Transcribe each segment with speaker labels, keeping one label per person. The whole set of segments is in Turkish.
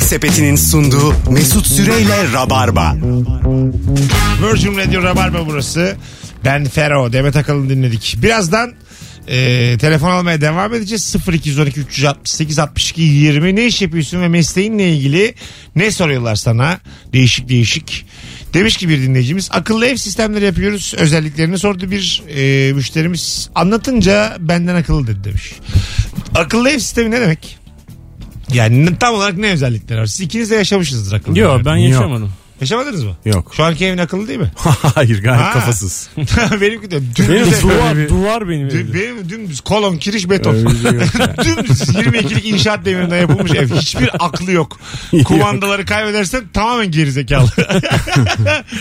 Speaker 1: Sepeti'nin sunduğu Mesut Süreyle Rabarba.
Speaker 2: Virgin Radio Rabarba burası. Ben Fero. Demet Akalın dinledik. Birazdan e, telefon almaya devam edeceğiz. 0212 368 62 20 ne iş yapıyorsun ve mesleğinle ilgili ne soruyorlar sana değişik değişik. Demiş ki bir dinleyicimiz akıllı ev sistemleri yapıyoruz özelliklerini sordu bir e, müşterimiz anlatınca benden akıllı dedi demiş. Akıllı ev sistemi ne demek? Yani ne- tam olarak ne özellikleri var? Siz ikiniz de yaşamışsınızdır akıllı
Speaker 3: Yok
Speaker 2: evlerde.
Speaker 3: ben yaşamadım.
Speaker 2: Yaşamadınız mı?
Speaker 4: Yok.
Speaker 2: Şu anki evin akıllı değil mi?
Speaker 4: Hayır gayet
Speaker 2: Ha.
Speaker 4: kafasız.
Speaker 2: Benimki de
Speaker 3: Benim
Speaker 2: dümdüz.
Speaker 3: duvar, duvar benim
Speaker 2: Dü-
Speaker 3: evim.
Speaker 2: Benim dümdüz kolon kiriş beton.
Speaker 4: Öyle bir şey yok.
Speaker 2: dümdüz 22'lik inşaat demirinden yapılmış ev. Hiçbir aklı yok. Kumandaları kaybedersen tamamen gerizekalı.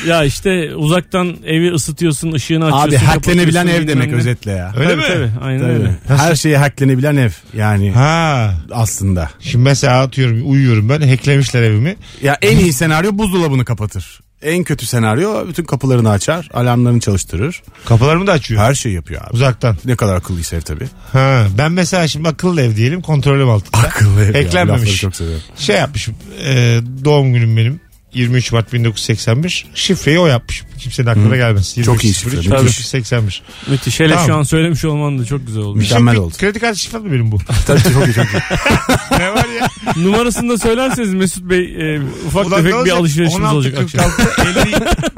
Speaker 3: Ya işte uzaktan evi ısıtıyorsun, ışığını açıyorsun.
Speaker 4: Abi hacklenebilen
Speaker 3: kapatıyorsun,
Speaker 4: ev demek
Speaker 3: bilmem ne.
Speaker 4: özetle ya.
Speaker 2: Öyle
Speaker 3: Tabii,
Speaker 2: mi?
Speaker 3: Tabii, aynen
Speaker 4: Tabii.
Speaker 3: öyle.
Speaker 4: Her şeye hacklenebilen ev yani
Speaker 2: Ha.
Speaker 4: aslında.
Speaker 2: Şimdi mesela atıyorum uyuyorum ben hacklemişler evimi.
Speaker 4: Ya en iyi senaryo buzdolabını kapatır. En kötü senaryo bütün kapılarını açar, alarmlarını çalıştırır.
Speaker 2: Kapılarımı da açıyor.
Speaker 4: Her şeyi yapıyor abi.
Speaker 2: Uzaktan.
Speaker 4: Ne kadar akıllıysa ev tabii.
Speaker 2: Ha. Ben mesela şimdi akıllı ev diyelim kontrolüm altında.
Speaker 4: Akıllı ev. ya,
Speaker 2: Eklenmemiş.
Speaker 4: lafları çok seviyorum.
Speaker 2: Şey yapmışım. e, doğum günüm benim. 23 Mart 1981. Şifreyi o yapmış. Kimsenin aklına gelmez. 23,
Speaker 4: Çok iyi şifre, müthiş.
Speaker 2: 1981.
Speaker 3: Müthiş. Hele
Speaker 2: Tamam.
Speaker 3: şu an söylemiş olman da çok güzel oldu.
Speaker 4: Mükemmel oldu.
Speaker 2: Kredi kartı şifrem mi benim bu?
Speaker 4: Tabii çok iyi çok iyi.
Speaker 2: ne var ya?
Speaker 3: Numarasını da söylerseniz Mesut Bey e, ufak
Speaker 2: Ulan ne
Speaker 3: tefek bir
Speaker 2: olacak?
Speaker 3: alışverişimiz olacak akşam.
Speaker 2: 46,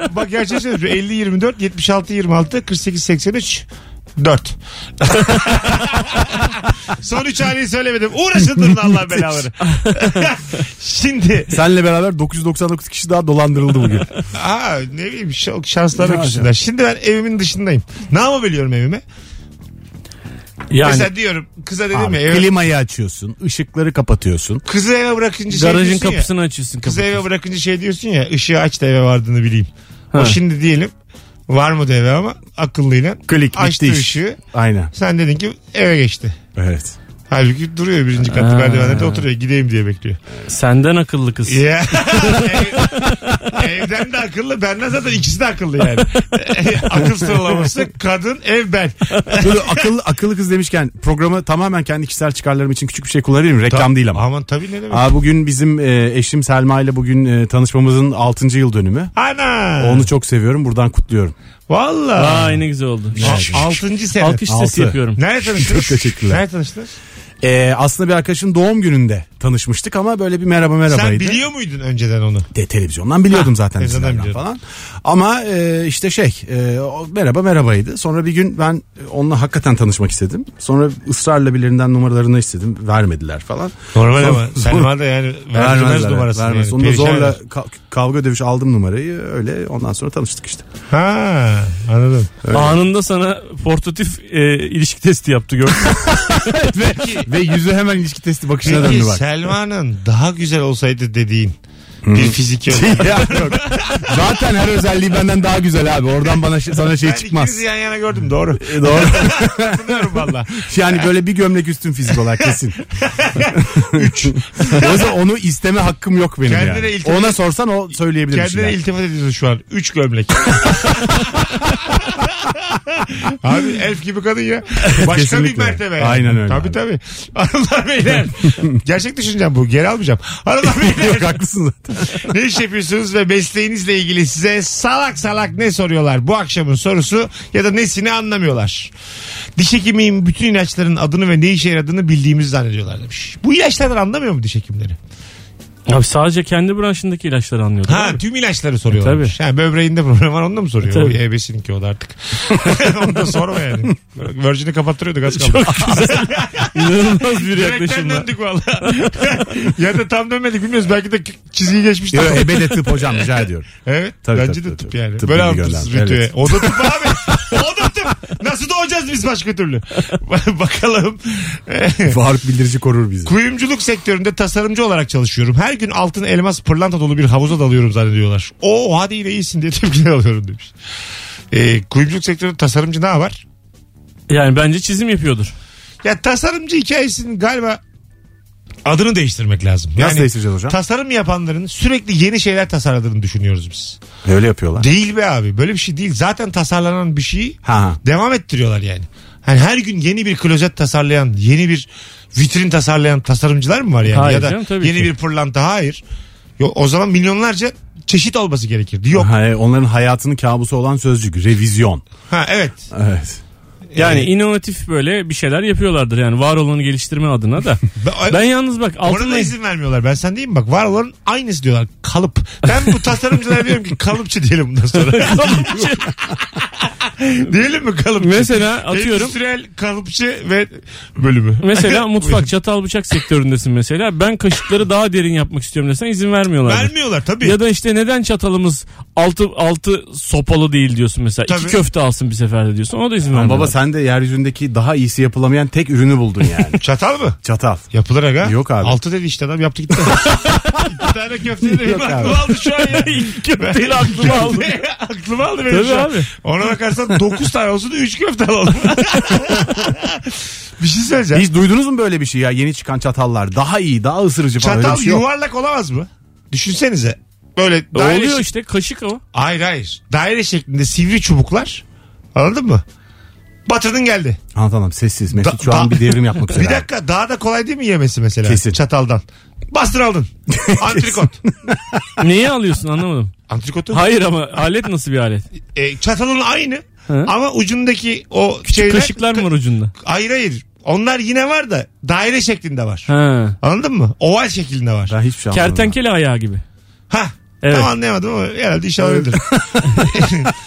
Speaker 2: 50, bak gerçekten söylüyorum. 50 24 76 26 48 83 4. Son üç haneyi söylemedim. Uğraşın durun Allah belaları. Şimdi
Speaker 4: Senle beraber 999 kişi daha dolandırıldı bugün.
Speaker 2: aa, ne bileyim çok şanslar
Speaker 4: Ne
Speaker 2: öküzünden. Şimdi ben evimin dışındayım. Ne yapabiliyorum evime?
Speaker 3: Yani
Speaker 2: Mesela diyorum kıza dedim
Speaker 4: Abi,
Speaker 2: ya. eve-
Speaker 4: klimayı açıyorsun, ışıkları kapatıyorsun.
Speaker 2: Kızı eve bırakınca şey
Speaker 3: garajın
Speaker 2: diyorsun ya.
Speaker 3: kapısını açıyorsun.
Speaker 2: Kızı
Speaker 3: kapatıyorsun.
Speaker 2: eve bırakınca şey diyorsun ya ışığı aç da eve vardığını bileyim. O
Speaker 3: Ha.
Speaker 2: şimdi diyelim var mı da eve ama akıllıyla
Speaker 4: Klik
Speaker 2: açtı
Speaker 4: bitti iş.
Speaker 2: ışığı.
Speaker 4: Aynen.
Speaker 2: Sen dedin ki eve geçti.
Speaker 4: Evet.
Speaker 2: Halbuki duruyor birinci katta
Speaker 3: Ha.
Speaker 2: merdivenlerde oturuyor gideyim diye bekliyor.
Speaker 3: Senden akıllı kız.
Speaker 2: Ya. Ev- Evden de akıllı benden zaten ikisi de akıllı yani. Akıl sıralaması kadın ev ben.
Speaker 4: Böyle akıllı, akıllı kız demişken programı tamamen kendi kişisel çıkarlarım için küçük bir şey kullanabilir miyim? Reklam değil ama.
Speaker 2: Aman tabii ne demek.
Speaker 4: Aa, bugün bizim e, eşim Selma ile bugün e, tanışmamızın 6. yıl dönümü.
Speaker 2: Ana.
Speaker 4: Onu çok seviyorum. Buradan kutluyorum.
Speaker 2: Valla.
Speaker 3: Vay ne güzel oldu.
Speaker 2: A- Altıncı sene.
Speaker 3: Alkış
Speaker 4: Altı.
Speaker 3: sesi yapıyorum.
Speaker 2: Nerede tanıştınız?
Speaker 4: Çok teşekkürler.
Speaker 2: Nerede tanıştınız?
Speaker 4: E, aslında bir arkadaşın doğum gününde tanışmıştık ama böyle bir merhaba
Speaker 2: Sen
Speaker 4: merhabaydı.
Speaker 2: biliyor muydun önceden onu?
Speaker 4: De, televizyondan biliyordum zaten
Speaker 2: televizyondan
Speaker 4: dizilerden
Speaker 2: biliyordum.
Speaker 4: falan. Ama e, işte şey e, o merhaba merhabaydı. Sonra bir gün ben onunla hakikaten tanışmak istedim. Sonra ısrarla birilerinden numaralarını istedim. Vermediler falan.
Speaker 2: Normal
Speaker 4: Zor-
Speaker 2: ama.
Speaker 4: zor-
Speaker 2: Selma da yani vermez
Speaker 4: Vermezler,
Speaker 2: numarasını.
Speaker 4: vermez.
Speaker 2: yani.
Speaker 4: Sonra
Speaker 2: Perişan
Speaker 4: zorla
Speaker 2: eder.
Speaker 4: ka- kavga dövüş aldım numarayı öyle ondan sonra tanıştık işte.
Speaker 2: Ha anladım.
Speaker 3: Anında sana portatif e, ilişki testi yaptı gördün. mü?
Speaker 2: Peki,
Speaker 4: Ve yüzü hemen ilişki testi bakışına
Speaker 2: Peki
Speaker 4: döndü bak.
Speaker 2: Selma'nın daha güzel olsaydı dediğin bir fiziki özellik.
Speaker 4: Ya yok. Zaten her özelliği benden daha güzel abi. Oradan bana şey- sana şey
Speaker 2: Ben
Speaker 4: çıkmaz.
Speaker 2: ikinizi yan yana gördüm doğru.
Speaker 4: E, Doğru.
Speaker 2: Hatırlıyorum valla.
Speaker 4: Yani böyle bir gömlek üstün fizik olarak kesin. o yüzden onu isteme hakkım yok benim
Speaker 2: Kendine
Speaker 4: yani.
Speaker 2: iltifat-
Speaker 4: Ona sorsan o söyleyebilir bir
Speaker 2: Kendine
Speaker 4: şeyler.
Speaker 2: iltifat ediyorsun şu an. Üç gömlek. Abi elf gibi kadın ya. Başka bir
Speaker 4: Kesinlikle.
Speaker 2: mertebe. yani.
Speaker 4: Aynen öyle
Speaker 2: Tabii
Speaker 4: abi.
Speaker 2: tabii. Hanımlar beyler. Gerçek düşüncem bu. Geri almayacağım. Hanımlar beyler.
Speaker 4: Yok haklısın zaten.
Speaker 2: ne iş yapıyorsunuz ve mesleğinizle ilgili size salak salak ne soruyorlar bu akşamın sorusu ya da nesini anlamıyorlar. Diş hekimiyim bütün ilaçların adını ve ne işe yaradığını bildiğimizi zannediyorlar demiş. Bu ilaçlardan anlamıyor mu diş hekimleri?
Speaker 3: Abi sadece kendi branşındaki ilaçları anlıyordum.
Speaker 2: Ha
Speaker 3: abi.
Speaker 2: tüm ilaçları soruyorlar.
Speaker 4: E,
Speaker 2: Yani böbreğinde problem var onu da mı soruyor?
Speaker 3: Tabii.
Speaker 2: O ebesinki o da artık. onu da sorma yani. Virgin'i kapattırıyorduk az kaldı.
Speaker 3: İnanılmaz bir
Speaker 2: Direkten
Speaker 3: yaklaşımla.
Speaker 2: döndük valla. ya da tam dönmedik bilmiyoruz. Belki de çizgiyi geçmiştik.
Speaker 4: Yok ebe de tıp hocam rica ediyorum.
Speaker 2: Evet.
Speaker 4: Tabii,
Speaker 2: bence
Speaker 4: tabii,
Speaker 2: de tıp
Speaker 4: tabii.
Speaker 2: yani.
Speaker 4: Tıp
Speaker 2: Böyle
Speaker 4: bilgi
Speaker 2: anlatırsınız
Speaker 4: gönderdi,
Speaker 2: ritüe.
Speaker 4: evet.
Speaker 2: O da tıp abi. o da tıp. Nasıl doğacağız biz başka türlü? Bakalım.
Speaker 4: Faruk bildirici korur bizi.
Speaker 2: Kuyumculuk sektöründe tasarımcı olarak çalışıyorum. Her gün altın, elmas, pırlanta dolu bir havuza dalıyorum zannediyorlar. O hadi yine iyisin diye tepkiler alıyorum demiş. Ee, kuyumculuk sektöründe tasarımcı ne var?
Speaker 3: Yani bence çizim yapıyordur.
Speaker 2: Ya tasarımcı hikayesinin galiba adını değiştirmek lazım.
Speaker 4: Nasıl değiştireceğiz hocam?
Speaker 2: Tasarım yapanların sürekli yeni şeyler tasarladığını düşünüyoruz biz.
Speaker 4: Öyle yapıyorlar.
Speaker 2: Değil be abi. Böyle bir şey değil. Zaten tasarlanan bir şeyi
Speaker 4: Ha.
Speaker 2: devam ettiriyorlar yani. Hani her gün yeni bir klozet tasarlayan, yeni bir vitrin tasarlayan tasarımcılar mı var yani?
Speaker 3: Hayır
Speaker 2: ya da
Speaker 3: canım, tabii
Speaker 2: yeni
Speaker 3: ki.
Speaker 2: bir pırlanta hayır. Yo, o zaman milyonlarca çeşit olması gerekirdi. Yok.
Speaker 4: Hay- onların hayatının kabusu olan sözcük revizyon.
Speaker 2: Ha evet. Ee,
Speaker 4: Evet.
Speaker 3: Yani inovatif böyle bir şeyler yapıyorlardır yani var olanı geliştirme adına da.
Speaker 2: Ben,
Speaker 3: ben yalnız bak
Speaker 2: ona da
Speaker 3: altında
Speaker 2: izin vermiyorlar. Ben sen değil mi bak var olanın aynısı diyorlar. Kalıp. Ben bu tasarımcılara diyorum ki kalıpçı diyelim bundan sonra. kalıpçı. diyelim mi kalıpçı?
Speaker 3: mesela atıyorum
Speaker 2: Endüstriyel kalıpçı ve bölümü.
Speaker 3: mesela mutfak çatal bıçak sektöründesin mesela ben kaşıkları daha derin yapmak istiyorum desen izin vermiyorlar.
Speaker 2: Vermiyorlar tabii.
Speaker 3: Ya da işte neden çatalımız altı altı sopalı değil diyorsun mesela.
Speaker 2: Tabii.
Speaker 3: İki köfte alsın bir seferde diyorsun. Ona da izin
Speaker 4: Ama
Speaker 3: vermiyorlar.
Speaker 4: baba sen de yeryüzündeki daha iyisi yapılamayan tek ürünü buldun yani.
Speaker 2: Çatal mı?
Speaker 4: Çatal.
Speaker 2: Yapılır aga.
Speaker 4: Yok abi.
Speaker 2: Altı dedi işte adam yaptı gitti. İki tane köfteyi de
Speaker 4: Yok
Speaker 2: benim
Speaker 4: abi.
Speaker 2: aklıma aldı şu an ya. İki köfteyi aklıma
Speaker 3: aldı.
Speaker 2: aklıma aldı benim
Speaker 3: Tabii
Speaker 2: şu an.
Speaker 3: abi.
Speaker 2: Ona bakarsan dokuz tane olsun da üç köfte alalım. bir şey söyleyeceğim.
Speaker 4: Hiç duydunuz mu böyle bir şey ya? Yeni çıkan çatallar daha iyi, daha ısırıcı falan. Öyle
Speaker 2: Çatal
Speaker 4: bir şey yok.
Speaker 2: yuvarlak olamaz mı? Düşünsenize. Böyle
Speaker 3: E,
Speaker 2: daire
Speaker 3: Oluyor
Speaker 2: şek-
Speaker 3: işte kaşık o.
Speaker 2: Hayır hayır. Daire şeklinde sivri çubuklar. Anladın mı? Batırdın geldi.
Speaker 4: Anlat anlam sessiz. Mesut
Speaker 2: Da-
Speaker 4: şu an
Speaker 2: da-
Speaker 4: bir devrim yapmak üzere.
Speaker 2: Bir dakika daha da kolay değil mi yemesi mesela?
Speaker 4: Kesin.
Speaker 2: Çataldan. Bastır aldın. Antrikot.
Speaker 3: Neyi alıyorsun anlamadım.
Speaker 2: Antrikotu.
Speaker 3: Hayır ama alet nasıl bir alet?
Speaker 2: E, çatalın aynı
Speaker 3: Hı.
Speaker 2: ama ucundaki o şeyler.
Speaker 3: Kaşıklar mı var ucunda?
Speaker 2: Hayır hayır. Onlar yine var da daire şeklinde var.
Speaker 3: Ha.
Speaker 2: Anladın mı? Oval şeklinde var.
Speaker 4: Ben hiçbir şey anlamadım.
Speaker 3: Kertenkele ayağı gibi.
Speaker 2: Ha.
Speaker 3: Evet.
Speaker 2: Tam anlayamadım ama herhalde inşallah öyledir.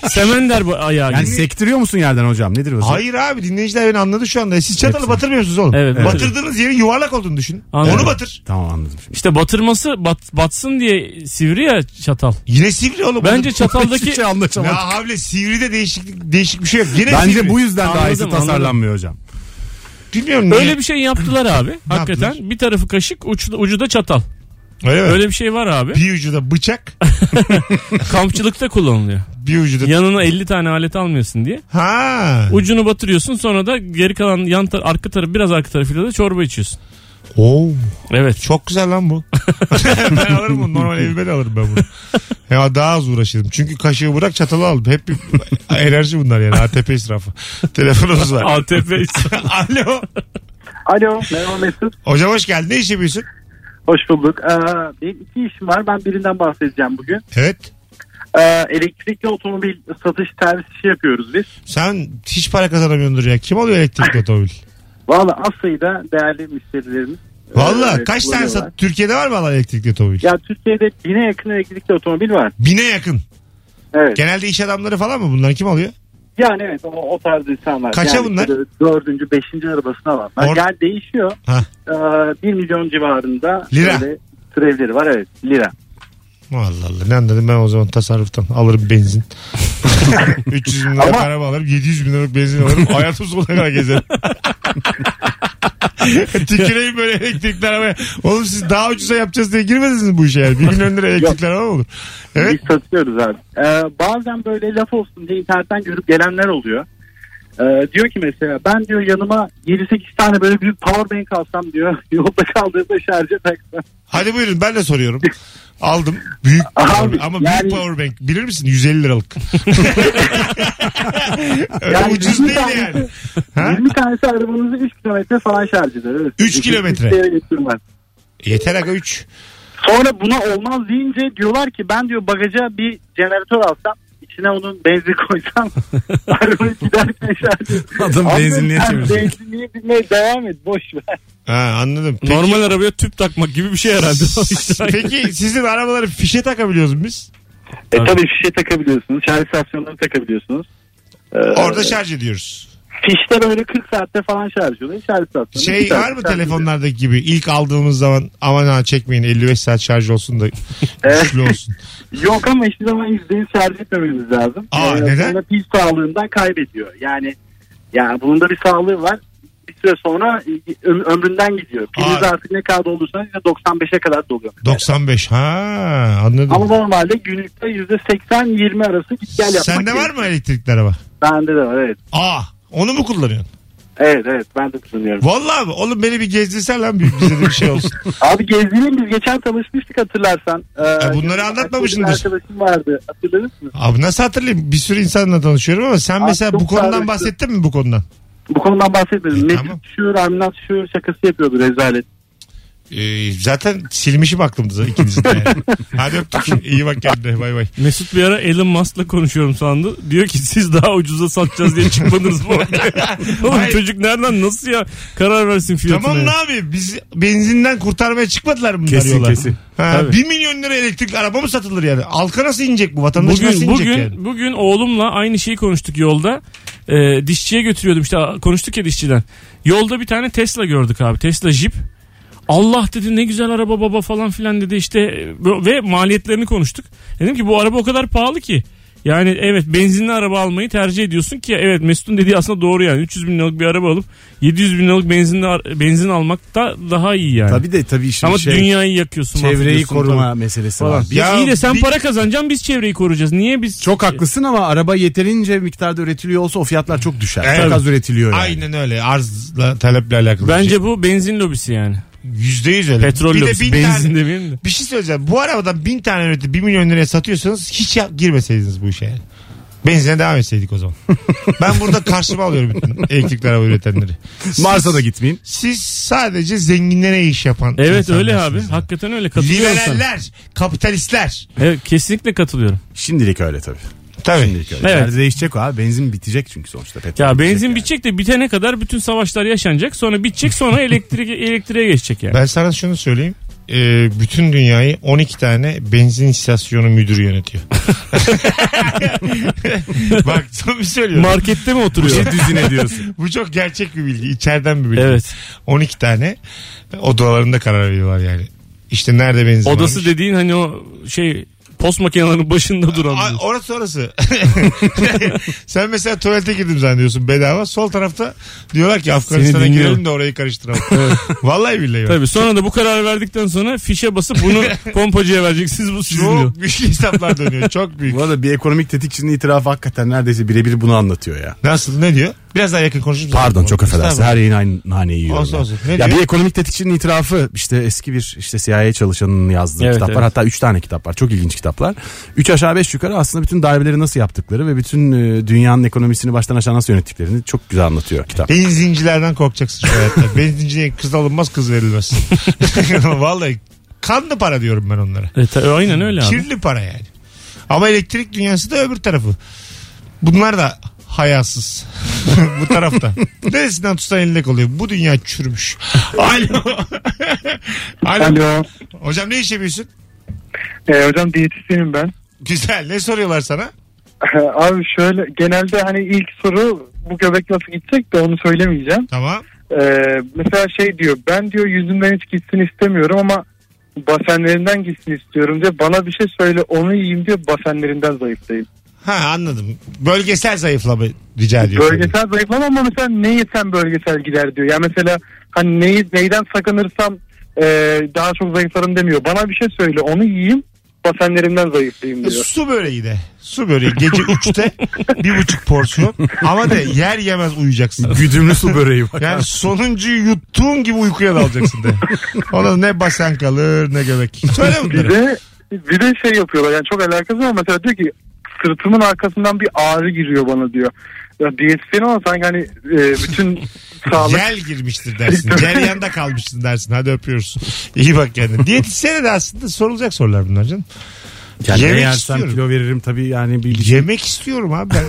Speaker 3: Semender bu ayağı
Speaker 4: Yani
Speaker 3: gibi.
Speaker 4: sektiriyor musun yerden hocam? Nedir o?
Speaker 2: Hayır abi dinleyiciler beni anladı şu anda. E, Siz çatalı
Speaker 4: Hepsi.
Speaker 2: batırmıyorsunuz oğlum.
Speaker 3: Evet, evet.
Speaker 2: Batırdığınız yerin yuvarlak olduğunu düşün.
Speaker 3: Anladım.
Speaker 2: Onu batır.
Speaker 4: Tamam anladım şimdi.
Speaker 3: İşte batırması bat, batsın diye sivri ya çatal.
Speaker 2: Yine sivri oğlum.
Speaker 3: Bence
Speaker 4: Hiçbir
Speaker 3: çataldaki
Speaker 4: şey
Speaker 2: Ya
Speaker 4: anlaşamadım.
Speaker 2: havle sivride değişik, değişik bir şey yok. Yine
Speaker 4: Bence
Speaker 2: sivri.
Speaker 4: bu yüzden daha iyisi
Speaker 3: Anladım, anladım.
Speaker 4: tasarlanmıyor hocam.
Speaker 2: Bilmiyorum niye.
Speaker 3: öyle bir şey yaptılar abi. Hakikaten
Speaker 2: yaptılar?
Speaker 3: bir tarafı kaşık ucu, ucu da çatal.
Speaker 2: Öyle mi?
Speaker 3: Öyle bir şey var abi.
Speaker 2: Bir ucu da bıçak.
Speaker 3: Kampçılıkta kullanılıyor.
Speaker 2: Bir ucu da...
Speaker 3: Yanına 50 tane alet almıyorsun diye.
Speaker 2: Ha.
Speaker 3: Ucunu batırıyorsun sonra da geri kalan yan tar- arka tarafı biraz arka tarafıyla da çorba içiyorsun.
Speaker 2: Oo.
Speaker 3: Evet.
Speaker 2: Çok güzel lan bu. ben alırım bunu. Normal evime de alırım ben bunu. Ya daha az uğraşırım. Çünkü kaşığı bırak çatalı aldım. Hep bir enerji bunlar yani. ATP israfı. Telefonumuz var.
Speaker 3: ATP
Speaker 2: Alo.
Speaker 5: Alo merhaba Mesut.
Speaker 2: Hocam hoş geldin. Ne iş yapıyorsun?
Speaker 5: Hoş bulduk. Ee, benim iki işim var. Ben birinden bahsedeceğim bugün.
Speaker 2: Evet.
Speaker 5: Ee, elektrikli otomobil satış servis işi yapıyoruz biz.
Speaker 2: Sen hiç para kazanamıyordur ya. Kim oluyor elektrikli otomobil?
Speaker 5: Valla Asya'yı da değerli müşterilerimiz.
Speaker 2: Valla
Speaker 5: e,
Speaker 2: kaç tane
Speaker 5: kullanıyorlar.
Speaker 2: sat? Türkiye'de var mı lan elektrikli otomobil?
Speaker 5: Ya Türkiye'de bine yakın elektrikli otomobil var.
Speaker 2: Bine yakın.
Speaker 5: Evet.
Speaker 2: Genelde iş adamları falan mı bunlar? Kim alıyor?
Speaker 5: Yani evet o, o tarz insanlar.
Speaker 2: Kaça
Speaker 5: yani
Speaker 2: bunlar?
Speaker 5: böyle Dördüncü, beşinci arabasını alanlar.
Speaker 2: Or-
Speaker 5: Yani değişiyor.
Speaker 2: Ha.
Speaker 5: Ee, bir milyon civarında.
Speaker 2: Lira.
Speaker 5: böyle Türevleri var evet lira.
Speaker 2: Allah Allah. Ne anladım ben o zaman tasarruftan. Alırım benzin. 300 bin liralık araba alırım. 700 bin liralık benzin alırım. Hayatım sonuna kadar gezerim. Tüküreyim böyle elektrikli arabaya. Oğlum siz daha ucuza yapacağız diye girmediniz mi bu işe yani? Bir milyon lira elektrikli araba mı olur? Evet.
Speaker 5: Biz satıyoruz abi. Ee, bazen böyle laf olsun diye internetten görüp gelenler oluyor. Ee, diyor ki mesela ben diyor yanıma 7-8 tane böyle büyük power bank alsam diyor. Yolda kaldığımda şarja taksam.
Speaker 2: Hadi buyurun ben de soruyorum. Aldım. Büyük
Speaker 5: Abi,
Speaker 2: power- ama
Speaker 5: yani-
Speaker 2: büyük power bank. Bilir misin? 150 liralık. Öyle
Speaker 5: Yani
Speaker 2: E, ucuz
Speaker 5: yirmi
Speaker 2: değil
Speaker 5: tanesi-
Speaker 2: yani. Ha?
Speaker 5: 20 tanesi arabanızı 3 kilometre falan şarj eder. Evet.
Speaker 2: Üç
Speaker 5: Hiç-
Speaker 2: kilometre.
Speaker 5: hiçbir yere götürmez.
Speaker 2: Yeter aga 3.
Speaker 5: Sonra buna olmaz deyince diyorlar ki ben diyor bagaja bir jeneratör alsam içine onun benzin koysam arabayı giderken şarj eder.
Speaker 4: Adam
Speaker 5: Abi
Speaker 4: benzinliğe
Speaker 5: sen
Speaker 4: çevirecek.
Speaker 5: Benzinliğe binmeye devam et boş ver.
Speaker 2: Ha anladım. Peki-
Speaker 3: Normal arabaya tüp takmak gibi bir şey herhalde.
Speaker 2: Peki sizin arabaları fişe takabiliyoruz mu biz?
Speaker 5: E
Speaker 3: Tabii.
Speaker 5: tabii fişe takabiliyorsunuz. Şarj istasyonlarına takabiliyorsunuz. Ee,
Speaker 2: Orada şarj ediyoruz.
Speaker 5: Fişte böyle 40 saatte falan şarj oluyor. Şarj istasyonu.
Speaker 2: Şey var mı telefonlardaki gibi ilk aldığımız zaman aman ha çekmeyin 55 saat şarj olsun da güçlü olsun.
Speaker 5: Yok ama hiçbir zaman %100 şarj etmememiz lazım. E,
Speaker 2: Aa, neden?
Speaker 5: Sonra pil sağlığından kaybediyor. Yani yani bunun da bir sağlığı var. Bir süre sonra öm- ömründen gidiyor. Piliniz
Speaker 2: Aa.
Speaker 5: artık ne kadar dolursa yine 95'e kadar doluyor.
Speaker 2: 95 ha
Speaker 5: Ama
Speaker 2: anladım.
Speaker 5: normalde günlükte %80-20 arası git gel yapmak
Speaker 2: Sende var
Speaker 5: gerekiyor.
Speaker 2: mı elektrikli araba?
Speaker 5: Bende de var evet.
Speaker 2: Aa onu mu kullanıyorsun?
Speaker 5: Evet evet ben de kullanıyorum.
Speaker 2: Vallahi mi? Oğlum beni bir gezdirsen lan bir, bize de bir şey olsun.
Speaker 5: Abi gezdiğim biz geçen tanışmıştık hatırlarsan. Ee,
Speaker 2: E, bunları anlatmamışsındır.
Speaker 5: Bir arkadaşım vardı hatırladınız mı?
Speaker 2: Abi nasıl hatırlayayım? Bir sürü insanla tanışıyorum ama sen
Speaker 5: Abi
Speaker 2: mesela
Speaker 5: çok
Speaker 2: bu konudan
Speaker 5: sarhoştum.
Speaker 2: bahsettin mi bu konudan?
Speaker 5: Bu konudan bahsetmedim.
Speaker 2: E,
Speaker 5: Mesut
Speaker 2: tamam.
Speaker 5: düşüyor, Aminat düşüyor şakası yapıyordu rezalet.
Speaker 2: Ee, zaten silmişim aklımda ikimizin de. yani. Hadi öptük. İyi bak kendine. Bay bay.
Speaker 3: Mesut bir ara Elon Musk'la konuşuyorum sandı. Diyor ki siz daha ucuza satacağız diye çıkmadınız mı ortaya? Oğlum
Speaker 2: Hayır.
Speaker 3: çocuk nereden nasıl ya karar versin fiyatına.
Speaker 2: Tamam ne
Speaker 3: ya.
Speaker 2: abi? Biz benzinden kurtarmaya çıkmadılar mı bunlar
Speaker 4: Kesin,
Speaker 2: yola?
Speaker 4: kesin.
Speaker 2: Ha,
Speaker 3: Tabii.
Speaker 2: 1 milyon lira elektrikli araba mı satılır yani? Halka nasıl inecek bu? Vatandaş nasıl inecek
Speaker 3: Bugün bugün
Speaker 2: yani?
Speaker 3: bugün oğlumla aynı şeyi konuştuk yolda. Ee, dişçiye götürüyordum işte konuştuk ya dişçiden. Yolda bir tane Tesla gördük abi. Tesla Jeep. Allah dedi ne güzel araba baba falan filan dedi işte e, ve maliyetlerini konuştuk. Dedim ki bu araba o kadar pahalı ki. Yani evet benzinli araba almayı tercih ediyorsun ki evet Mesut'un dediği aslında doğru yani 300 bin liralık bir araba alıp 700 bin liralık benzinli ar- benzin almak da daha iyi yani.
Speaker 4: Tabii de tabii şimdi
Speaker 3: Ama
Speaker 4: şey,
Speaker 3: dünyayı yakıyorsun.
Speaker 4: çevreyi
Speaker 3: mahvediyorsun
Speaker 4: koruma
Speaker 3: tabii.
Speaker 4: meselesi
Speaker 3: falan.
Speaker 4: var.
Speaker 3: Biz
Speaker 2: Ya
Speaker 3: iyi de sen
Speaker 2: bir-
Speaker 3: para kazanacaksın biz çevreyi koruyacağız. Niye biz
Speaker 4: Çok haklısın ama araba yeterince miktarda üretiliyor olsa o fiyatlar çok düşer.
Speaker 2: Evet.
Speaker 4: Çok az üretiliyor yani.
Speaker 2: Aynen öyle. Arzla taleple alakalı. bir şey.
Speaker 3: Bence bu benzin lobisi yani.
Speaker 2: yüzde yüz öyle.
Speaker 3: Petrol
Speaker 2: bir de
Speaker 3: lobisi.
Speaker 2: bin
Speaker 3: Benzin
Speaker 2: tane,
Speaker 3: demeyelim de.
Speaker 2: bir şey söyleyeceğim. Bu arabadan bin tane üretip bir milyon liraya satıyorsanız hiç ya- girmeseydiniz bu işe. yani. Benzine devam etseydik o zaman. ben burada karşıma alıyorum bütün elektrikli araba üretenleri.
Speaker 4: Mars'a da gitmeyin.
Speaker 2: Siz sadece zenginlere iş yapan
Speaker 3: Evet öyle abi.
Speaker 2: insanlarsınız yani.
Speaker 3: Hakikaten öyle katılıyorum sana.
Speaker 2: Liberaller, kapitalistler.
Speaker 3: Evet kesinlikle katılıyorum.
Speaker 4: Şimdilik öyle tabii.
Speaker 2: Tabii.
Speaker 4: Şimdilik öyle.
Speaker 3: Evet.
Speaker 4: Evet. değişecek o abi. Benzin bitecek çünkü sonuçta. Petrol
Speaker 3: Ya benzin
Speaker 4: yani.
Speaker 3: bitecek de bitene kadar bütün savaşlar yaşanacak. Sonra bitecek sonra elektrik elektriğe geçecek yani.
Speaker 2: Ben sana şunu söyleyeyim. Ee, bütün dünyayı 12 tane benzin istasyonu müdürü yönetiyor. Bak sana bir şey söylüyorum.
Speaker 3: Markette mi oturuyor?
Speaker 4: Bir şey düzine diyorsun.
Speaker 2: Bu çok gerçek bir bilgi. İçeriden bir bilgi.
Speaker 3: evet.
Speaker 2: 12 tane odalarında karar veriyorlar yani. İşte nerede benzin
Speaker 3: Odası
Speaker 2: varmış.
Speaker 3: dediğin hani o şey post makinelerinin başında
Speaker 2: Ay,
Speaker 3: duran.
Speaker 2: orası orası. Sen mesela tuvalete girdim zannediyorsun bedava. Sol tarafta diyorlar ki Afganistan'a
Speaker 3: dinliyorum.
Speaker 2: girelim de orayı karıştıralım. Vallahi billahi. bak.
Speaker 3: Tabii sonra da bu kararı verdikten sonra fişe basıp bunu pompacıya vereceksiniz bu sizin diyor.
Speaker 2: Çok büyük hesaplar dönüyor. Çok büyük.
Speaker 4: Bu arada bir ekonomik tetikçinin itirafı hakikaten neredeyse birebir bunu anlatıyor ya.
Speaker 2: Nasıl ne diyor? Biraz daha yakın konuşuruz.
Speaker 4: Pardon çok affedersin.
Speaker 2: Estağfurullah.
Speaker 4: Her yayın aynı naneyi yiyor.
Speaker 2: Olsun
Speaker 4: ya.
Speaker 2: olsun. Ne
Speaker 4: ya
Speaker 2: diyor?
Speaker 4: bir ekonomik tetikçinin itirafı işte eski bir işte CIA çalışanının yazdığı
Speaker 3: Evet,
Speaker 4: kitaplar
Speaker 3: evet.
Speaker 4: hatta 3 tane kitap var çok ilginç kitaplar. 3 aşağı 5 yukarı aslında bütün darbeleri nasıl yaptıkları ve bütün e, dünyanın ekonomisini baştan aşağı nasıl yönettiklerini çok güzel anlatıyor kitap.
Speaker 2: Benzincilerden korkacaksın şu hayatta. Benzinciye kız alınmaz kız verilmez. Vallahi kanlı para diyorum ben onlara.
Speaker 3: E, ta- aynen öyle abi.
Speaker 2: Kirli para yani. Ama elektrik dünyası da öbür tarafı. Bunlar da hayasız. Bu tarafta. Neresinden tutsan eline oluyor. Bu dünya çürümüş. Alo. Alo.
Speaker 5: Alo.
Speaker 2: Hocam ne iş yapıyorsun?
Speaker 5: Ee, hocam diyetisyenim ben.
Speaker 2: Güzel. Ne soruyorlar sana?
Speaker 5: Abi şöyle genelde hani ilk soru bu göbek nasıl gidecek de onu söylemeyeceğim.
Speaker 2: Tamam.
Speaker 5: Ee, mesela şey diyor ben diyor yüzümden hiç gitsin istemiyorum ama basenlerinden gitsin istiyorum diyor. Bana bir şey söyle onu yiyeyim diyor basenlerinden zayıflayayım.
Speaker 2: Ha anladım. Bölgesel zayıflama rica ediyorsun.
Speaker 5: Bölgesel zayıflama ama mesela ne yesem bölgesel gider diyor. Ya mesela hani neyi, neyden sakınırsam e, daha çok zayıflarım demiyor. Bana bir şey söyle onu yiyeyim basenlerimden zayıflayayım
Speaker 2: E,
Speaker 5: diyor.
Speaker 2: Su böreği de. Su böreği gece 3'te bir buçuk porsiyon ama de yer yemez uyuyacaksın.
Speaker 4: Güdümlü su böreği var.
Speaker 2: Yani sonuncuyu yuttuğun gibi uykuya dalacaksın de. Ona ne basen kalır ne göbek. Söyle
Speaker 5: Bir
Speaker 2: bunları.
Speaker 5: de, bir de şey yapıyorlar yani çok alakasız ama mesela diyor ki sırtımın arkasından bir ağrı giriyor bana diyor. Ya diyetisyen ama sanki hani e, bütün sağlık
Speaker 2: Gel girmiştir dersin. Gel yanda kalmışsın dersin. Hadi öpüyoruz. İyi bak kendine. Diyetisyene de aslında sorulacak sorular bunlar canım.
Speaker 4: Yani
Speaker 2: Yemek
Speaker 4: ne yersem
Speaker 2: istiyorum.
Speaker 4: kilo veririm tabii yani bir
Speaker 2: Yemek istiyorum abi ben.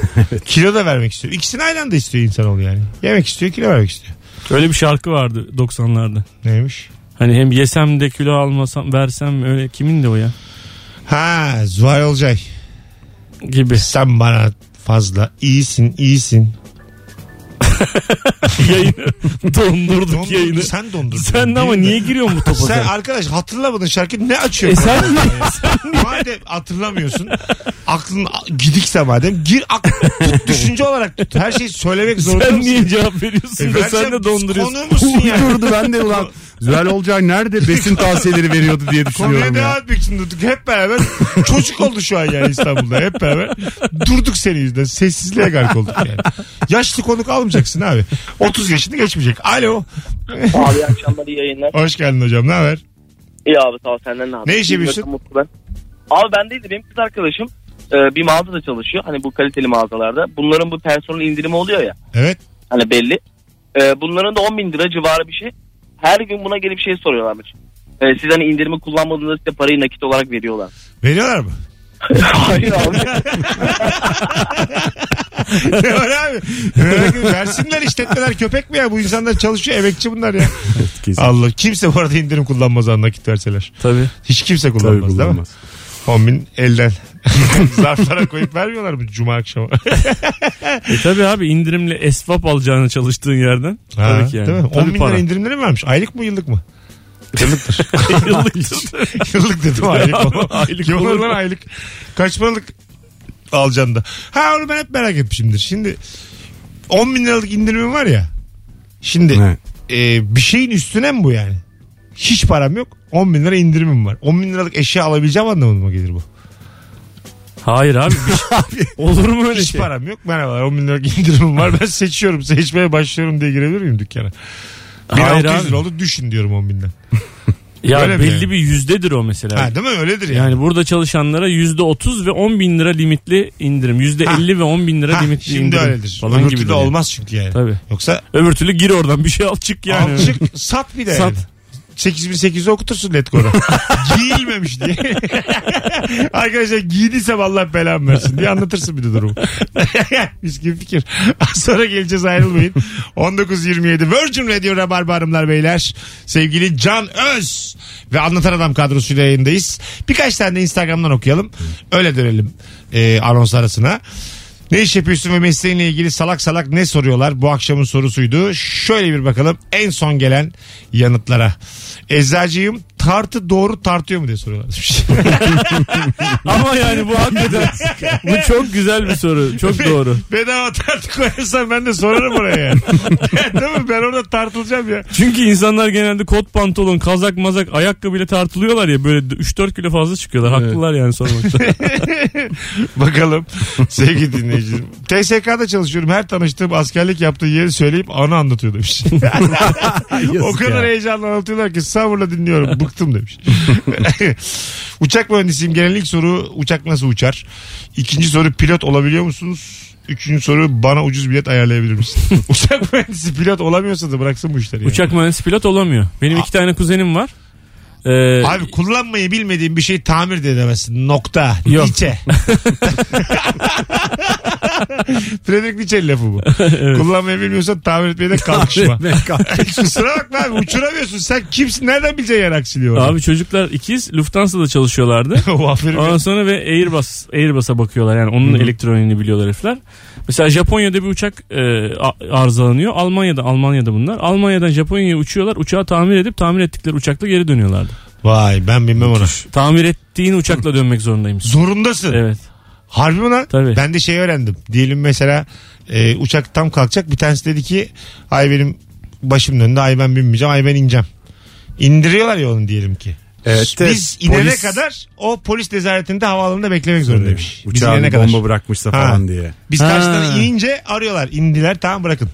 Speaker 2: Kilo da vermek istiyorum. İkisini aynı anda istiyor insanoğlu yani. Yemek istiyor kilo vermek istiyor.
Speaker 3: Öyle bir şarkı vardı 90'larda.
Speaker 2: Neymiş?
Speaker 3: Hani hem yesem de kilo almasam versem öyle kimin de o ya
Speaker 2: Ha Zuhal Olcay.
Speaker 3: gibi.
Speaker 2: Sen bana fazla iyisin iyisin.
Speaker 3: yayını dondurduk
Speaker 2: Dondur-
Speaker 3: yayını. Sen,
Speaker 2: Sen dondurdun.
Speaker 3: de ama
Speaker 2: Benim de-
Speaker 3: niye giriyorsun bu topa?
Speaker 2: Sen Ee,
Speaker 3: sen?
Speaker 2: arkadaş hatırlamadın şarkı ne
Speaker 3: E
Speaker 2: açıyorsun?
Speaker 3: sen niye?
Speaker 2: madem hatırlamıyorsun aklın a- gidikse madem gir ak- tut, düşünce olarak tut. Her şeyi söylemek zorunda
Speaker 3: Sen
Speaker 2: mısın?
Speaker 3: niye cevap veriyorsun
Speaker 2: E
Speaker 3: da
Speaker 2: versen
Speaker 3: sen de donduruyorsun.
Speaker 2: Konu musun yani?
Speaker 4: Durdu ben de ulan Zühal Olcay nerede besin tavsiyeleri veriyordu diye
Speaker 2: Konuya
Speaker 4: düşünüyorum ya.
Speaker 2: devam etmek için durduk. Hep beraber çocuk oldu şu an yani İstanbul'da. Hep beraber durduk senin yüzünden. Sessizliğe gark olduk yani. Yaşlı konuk almayacaksın abi. 30 yaşını geçmeyecek. Alo.
Speaker 6: Abi akşamlar iyi yayınlar.
Speaker 2: Hoş geldin hocam. Ne haber?
Speaker 6: İyi abi sağ ol senden ne haber?
Speaker 2: Ne iş yapıyorsun?
Speaker 6: Bilmiyorum, mutlu ben. Abi ben değil de benim kız arkadaşım e, bir mağazada çalışıyor. Hani bu kaliteli mağazalarda. Bunların bu personel indirimi oluyor ya.
Speaker 2: Evet.
Speaker 6: Hani belli. Ee, bunların da 10 bin lira civarı bir şey. Her gün buna gelip şey soruyorlarmış. Ee, siz hani indirimi kullanmadığınızda size parayı nakit olarak veriyorlar.
Speaker 2: Veriyorlar mı?
Speaker 6: Hayır abi.
Speaker 2: ne var abi? Merak ediyorum. Versinler işletmeler köpek mi ya? Bu insanlar çalışıyor emekçi bunlar ya.
Speaker 4: kesin.
Speaker 2: Allah kimse bu arada indirim kullanmaz ha, nakit verseler.
Speaker 3: Tabii.
Speaker 2: Hiç kimse
Speaker 4: Tabii
Speaker 2: kullanmaz, değil mi?
Speaker 4: kullanmaz.
Speaker 2: 10 bin elden. Zarflara koyup vermiyorlar mı cuma akşamı?
Speaker 3: E tabii abi indirimle esvap alacağını çalıştığın yerden.
Speaker 2: Ha,
Speaker 3: tabii ki yani.
Speaker 2: Değil mi? 10
Speaker 3: Tabii
Speaker 2: bin
Speaker 3: para.
Speaker 2: lira indirimleri mi vermiş? Aylık mı yıllık mı? Yıllıktır.
Speaker 3: Yıllıktır.
Speaker 2: yıllık dedim aylık.
Speaker 3: Aylık
Speaker 2: Kim olur
Speaker 3: olur
Speaker 2: lan
Speaker 3: mu?
Speaker 2: aylık? Kaç paralık alacaksın da? Ha onu ben hep merak etmişimdir. Şimdi 10 bin liralık indirimim var ya. Şimdi
Speaker 4: Evet.
Speaker 2: e, bir şeyin üstüne mi bu yani? Hiç param yok. 10 bin lira indirimim var. 10 bin liralık eşya alabileceğim anlamına mı gelir bu?
Speaker 3: Hayır abi. bir şey- Olur mu öyle
Speaker 2: Hiç
Speaker 3: şey?
Speaker 2: param yok. Merhabalar 10 bin liralık indirimim var. Ben seçiyorum. Seçmeye başlıyorum diye girebilir miyim dükkana?
Speaker 3: Hayır
Speaker 2: 1600
Speaker 3: abi.
Speaker 2: lira oldu düşün diyorum 10 binden.
Speaker 3: Ya
Speaker 2: Öyle mi
Speaker 3: belli
Speaker 2: yani?
Speaker 3: bir yüzdedir o mesela.
Speaker 2: Ha, değil mi? Öyledir yani.
Speaker 3: Yani burada çalışanlara yüzde otuz ve on bin lira limitli indirim. Yüzde elli ve on bin lira
Speaker 2: Ha,
Speaker 3: limitli
Speaker 2: şimdi
Speaker 3: indirim.
Speaker 2: öyledir.
Speaker 3: Falan
Speaker 2: Öbür
Speaker 3: gibi.
Speaker 2: türlü olmaz çünkü yani.
Speaker 3: Tabii.
Speaker 2: Yoksa
Speaker 3: Öbür türlü gir oradan bir şey al çık yani.
Speaker 2: Al çık sat bir de.
Speaker 3: Sat.
Speaker 2: Sat. 8800'e okutursun Letgo'da. Giyilmemiş diye. Arkadaşlar giydiysem Allah belamı versin diye anlatırsın bir de durumu. Biz gibi fikir. Az sonra geleceğiz ayrılmayın. 19.27 Virgin Radio Rabarba Hanımlar Beyler. Sevgili Can Öz ve Anlatan Adam kadrosuyla yayındayız. Birkaç tane de Instagram'dan okuyalım. Öyle dönelim e, anons arasına. Ne iş yapıyorsun ve mesleğinle ilgili salak salak ne soruyorlar? Bu akşamın sorusuydu. Şöyle bir bakalım en son gelen yanıtlara. Eczacıyım tartı doğru tartıyor mu diye soruyorlar.
Speaker 3: Ama yani bu hakikaten bu çok güzel bir soru. Çok doğru.
Speaker 2: Bedava tartı koyarsan ben de sorarım oraya yani. Değil mi? Ben orada tartılacağım ya.
Speaker 3: Çünkü insanlar genelde kot pantolon, kazak mazak, ayakkabıyla tartılıyorlar ya böyle 3-4 kilo fazla çıkıyorlar. Haklılar yani sormakta.
Speaker 2: Bakalım sevgili dinleyicilerim. TSK'da çalışıyorum. Her tanıştığım askerlik yaptığı yeri söyleyip anı anlatıyor demiş. o
Speaker 4: Yazık
Speaker 2: kadar
Speaker 4: ya.
Speaker 2: heyecanla anlatıyorlar ki sabırla dinliyorum. Bıktım demiş. uçak mühendisiyim. Genel ilk soru uçak nasıl uçar? İkinci soru pilot olabiliyor musunuz? Üçüncü soru bana ucuz bilet ayarlayabilir misin? uçak mühendisi pilot olamıyorsa da bıraksın bu işleri. yani.
Speaker 3: Uçak mühendisi pilot olamıyor. Benim iki tane kuzenim var. Ee,
Speaker 2: Abi kullanmayı bilmediğin bir şeyi tamir de edemezsin. Nokta.
Speaker 3: Yok.
Speaker 2: Nietzsche. Frederick Nietzsche'nin lafı bu. Kullanmayı bilmiyorsan tamir etmeye de kalkışma. Kusura bakma abi uçuramıyorsun. Sen kimsin? Nereden bileceksin yer aksiliyor?
Speaker 3: abi çocuklar ikiz Lufthansa'da çalışıyorlardı.
Speaker 2: o aferin.
Speaker 3: Ondan sonra ve Airbus, Airbus'a bakıyorlar yani onun elektroniğini biliyorlar herifler. Mesela Japonya'da bir uçak e, a- arızalanıyor. Almanya'da, Almanya'da bunlar. Almanya'dan Japonya'ya uçuyorlar. Uçağı tamir edip tamir ettikleri uçakla geri dönüyorlardı.
Speaker 2: Vay ben bilmem ona.
Speaker 3: Tamir ettiğin uçakla dönmek zorundaymış.
Speaker 2: Zorundasın.
Speaker 3: Evet.
Speaker 2: Harbi mi lan?
Speaker 3: Tabii.
Speaker 2: Ben de şey öğrendim. Diyelim mesela e, uçak tam kalkacak. Bir tanesi dedi ki ay benim başımın önünde ay ben binmeyeceğim ay ben ineceğim. İndiriyorlar ya onu diyelim ki.
Speaker 4: Evet, de
Speaker 2: Biz inene
Speaker 4: polis-
Speaker 2: kadar o polis nezaretinde havaalanında beklemek zorundaymış. Biz
Speaker 4: Uçağın
Speaker 2: inene
Speaker 4: bomba
Speaker 2: kadar.
Speaker 4: bırakmışsa
Speaker 2: Ha.
Speaker 4: falan diye.
Speaker 2: Biz
Speaker 3: Ha.
Speaker 2: karşıdan inince arıyorlar. İndiler tamam bırakın.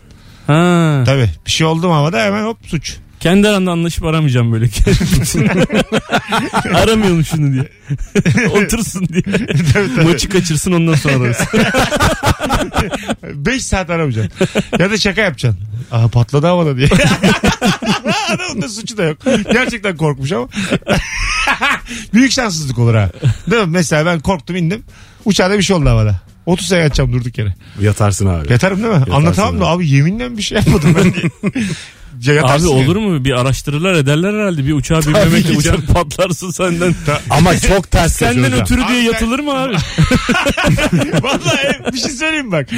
Speaker 3: Ha.
Speaker 2: Tabii bir şey oldu mu havada hemen hop suç.
Speaker 3: Kendi aranda anlaşıp aramayacağım böyle. Aramayalım şunu diye. Otursun diye. Maçı kaçırsın ondan sonra ararız.
Speaker 2: 5 saat aramayacaksın. ya da şaka yapacaksın. Aha patladı havada diye. Adamın da suçu da yok. Gerçekten korkmuş ama. Büyük şanssızlık olur ha. Değil mi? Mesela ben korktum indim. Uçağda bir şey oldu havada. 30 sene yatacağım durduk yere.
Speaker 4: Yatarsın abi.
Speaker 2: Yatarım değil mi? Anlatamam da
Speaker 4: abi.
Speaker 2: abi yeminle bir şey yapmadım ben diye. Ya
Speaker 3: Abi
Speaker 2: yatarsın yani.
Speaker 3: olur mu? Bir araştırırlar ederler herhalde. Bir uçağa
Speaker 4: ki
Speaker 3: binmemekle
Speaker 4: canım.
Speaker 3: uçak patlarsın senden.
Speaker 4: Ama çok ters
Speaker 3: Senden
Speaker 4: kaçıyor hocam.
Speaker 3: ötürü
Speaker 2: Abi
Speaker 3: diye
Speaker 2: ben-
Speaker 3: yatılır mı abi?
Speaker 2: Vallahi hep bir şey söyleyeyim bak.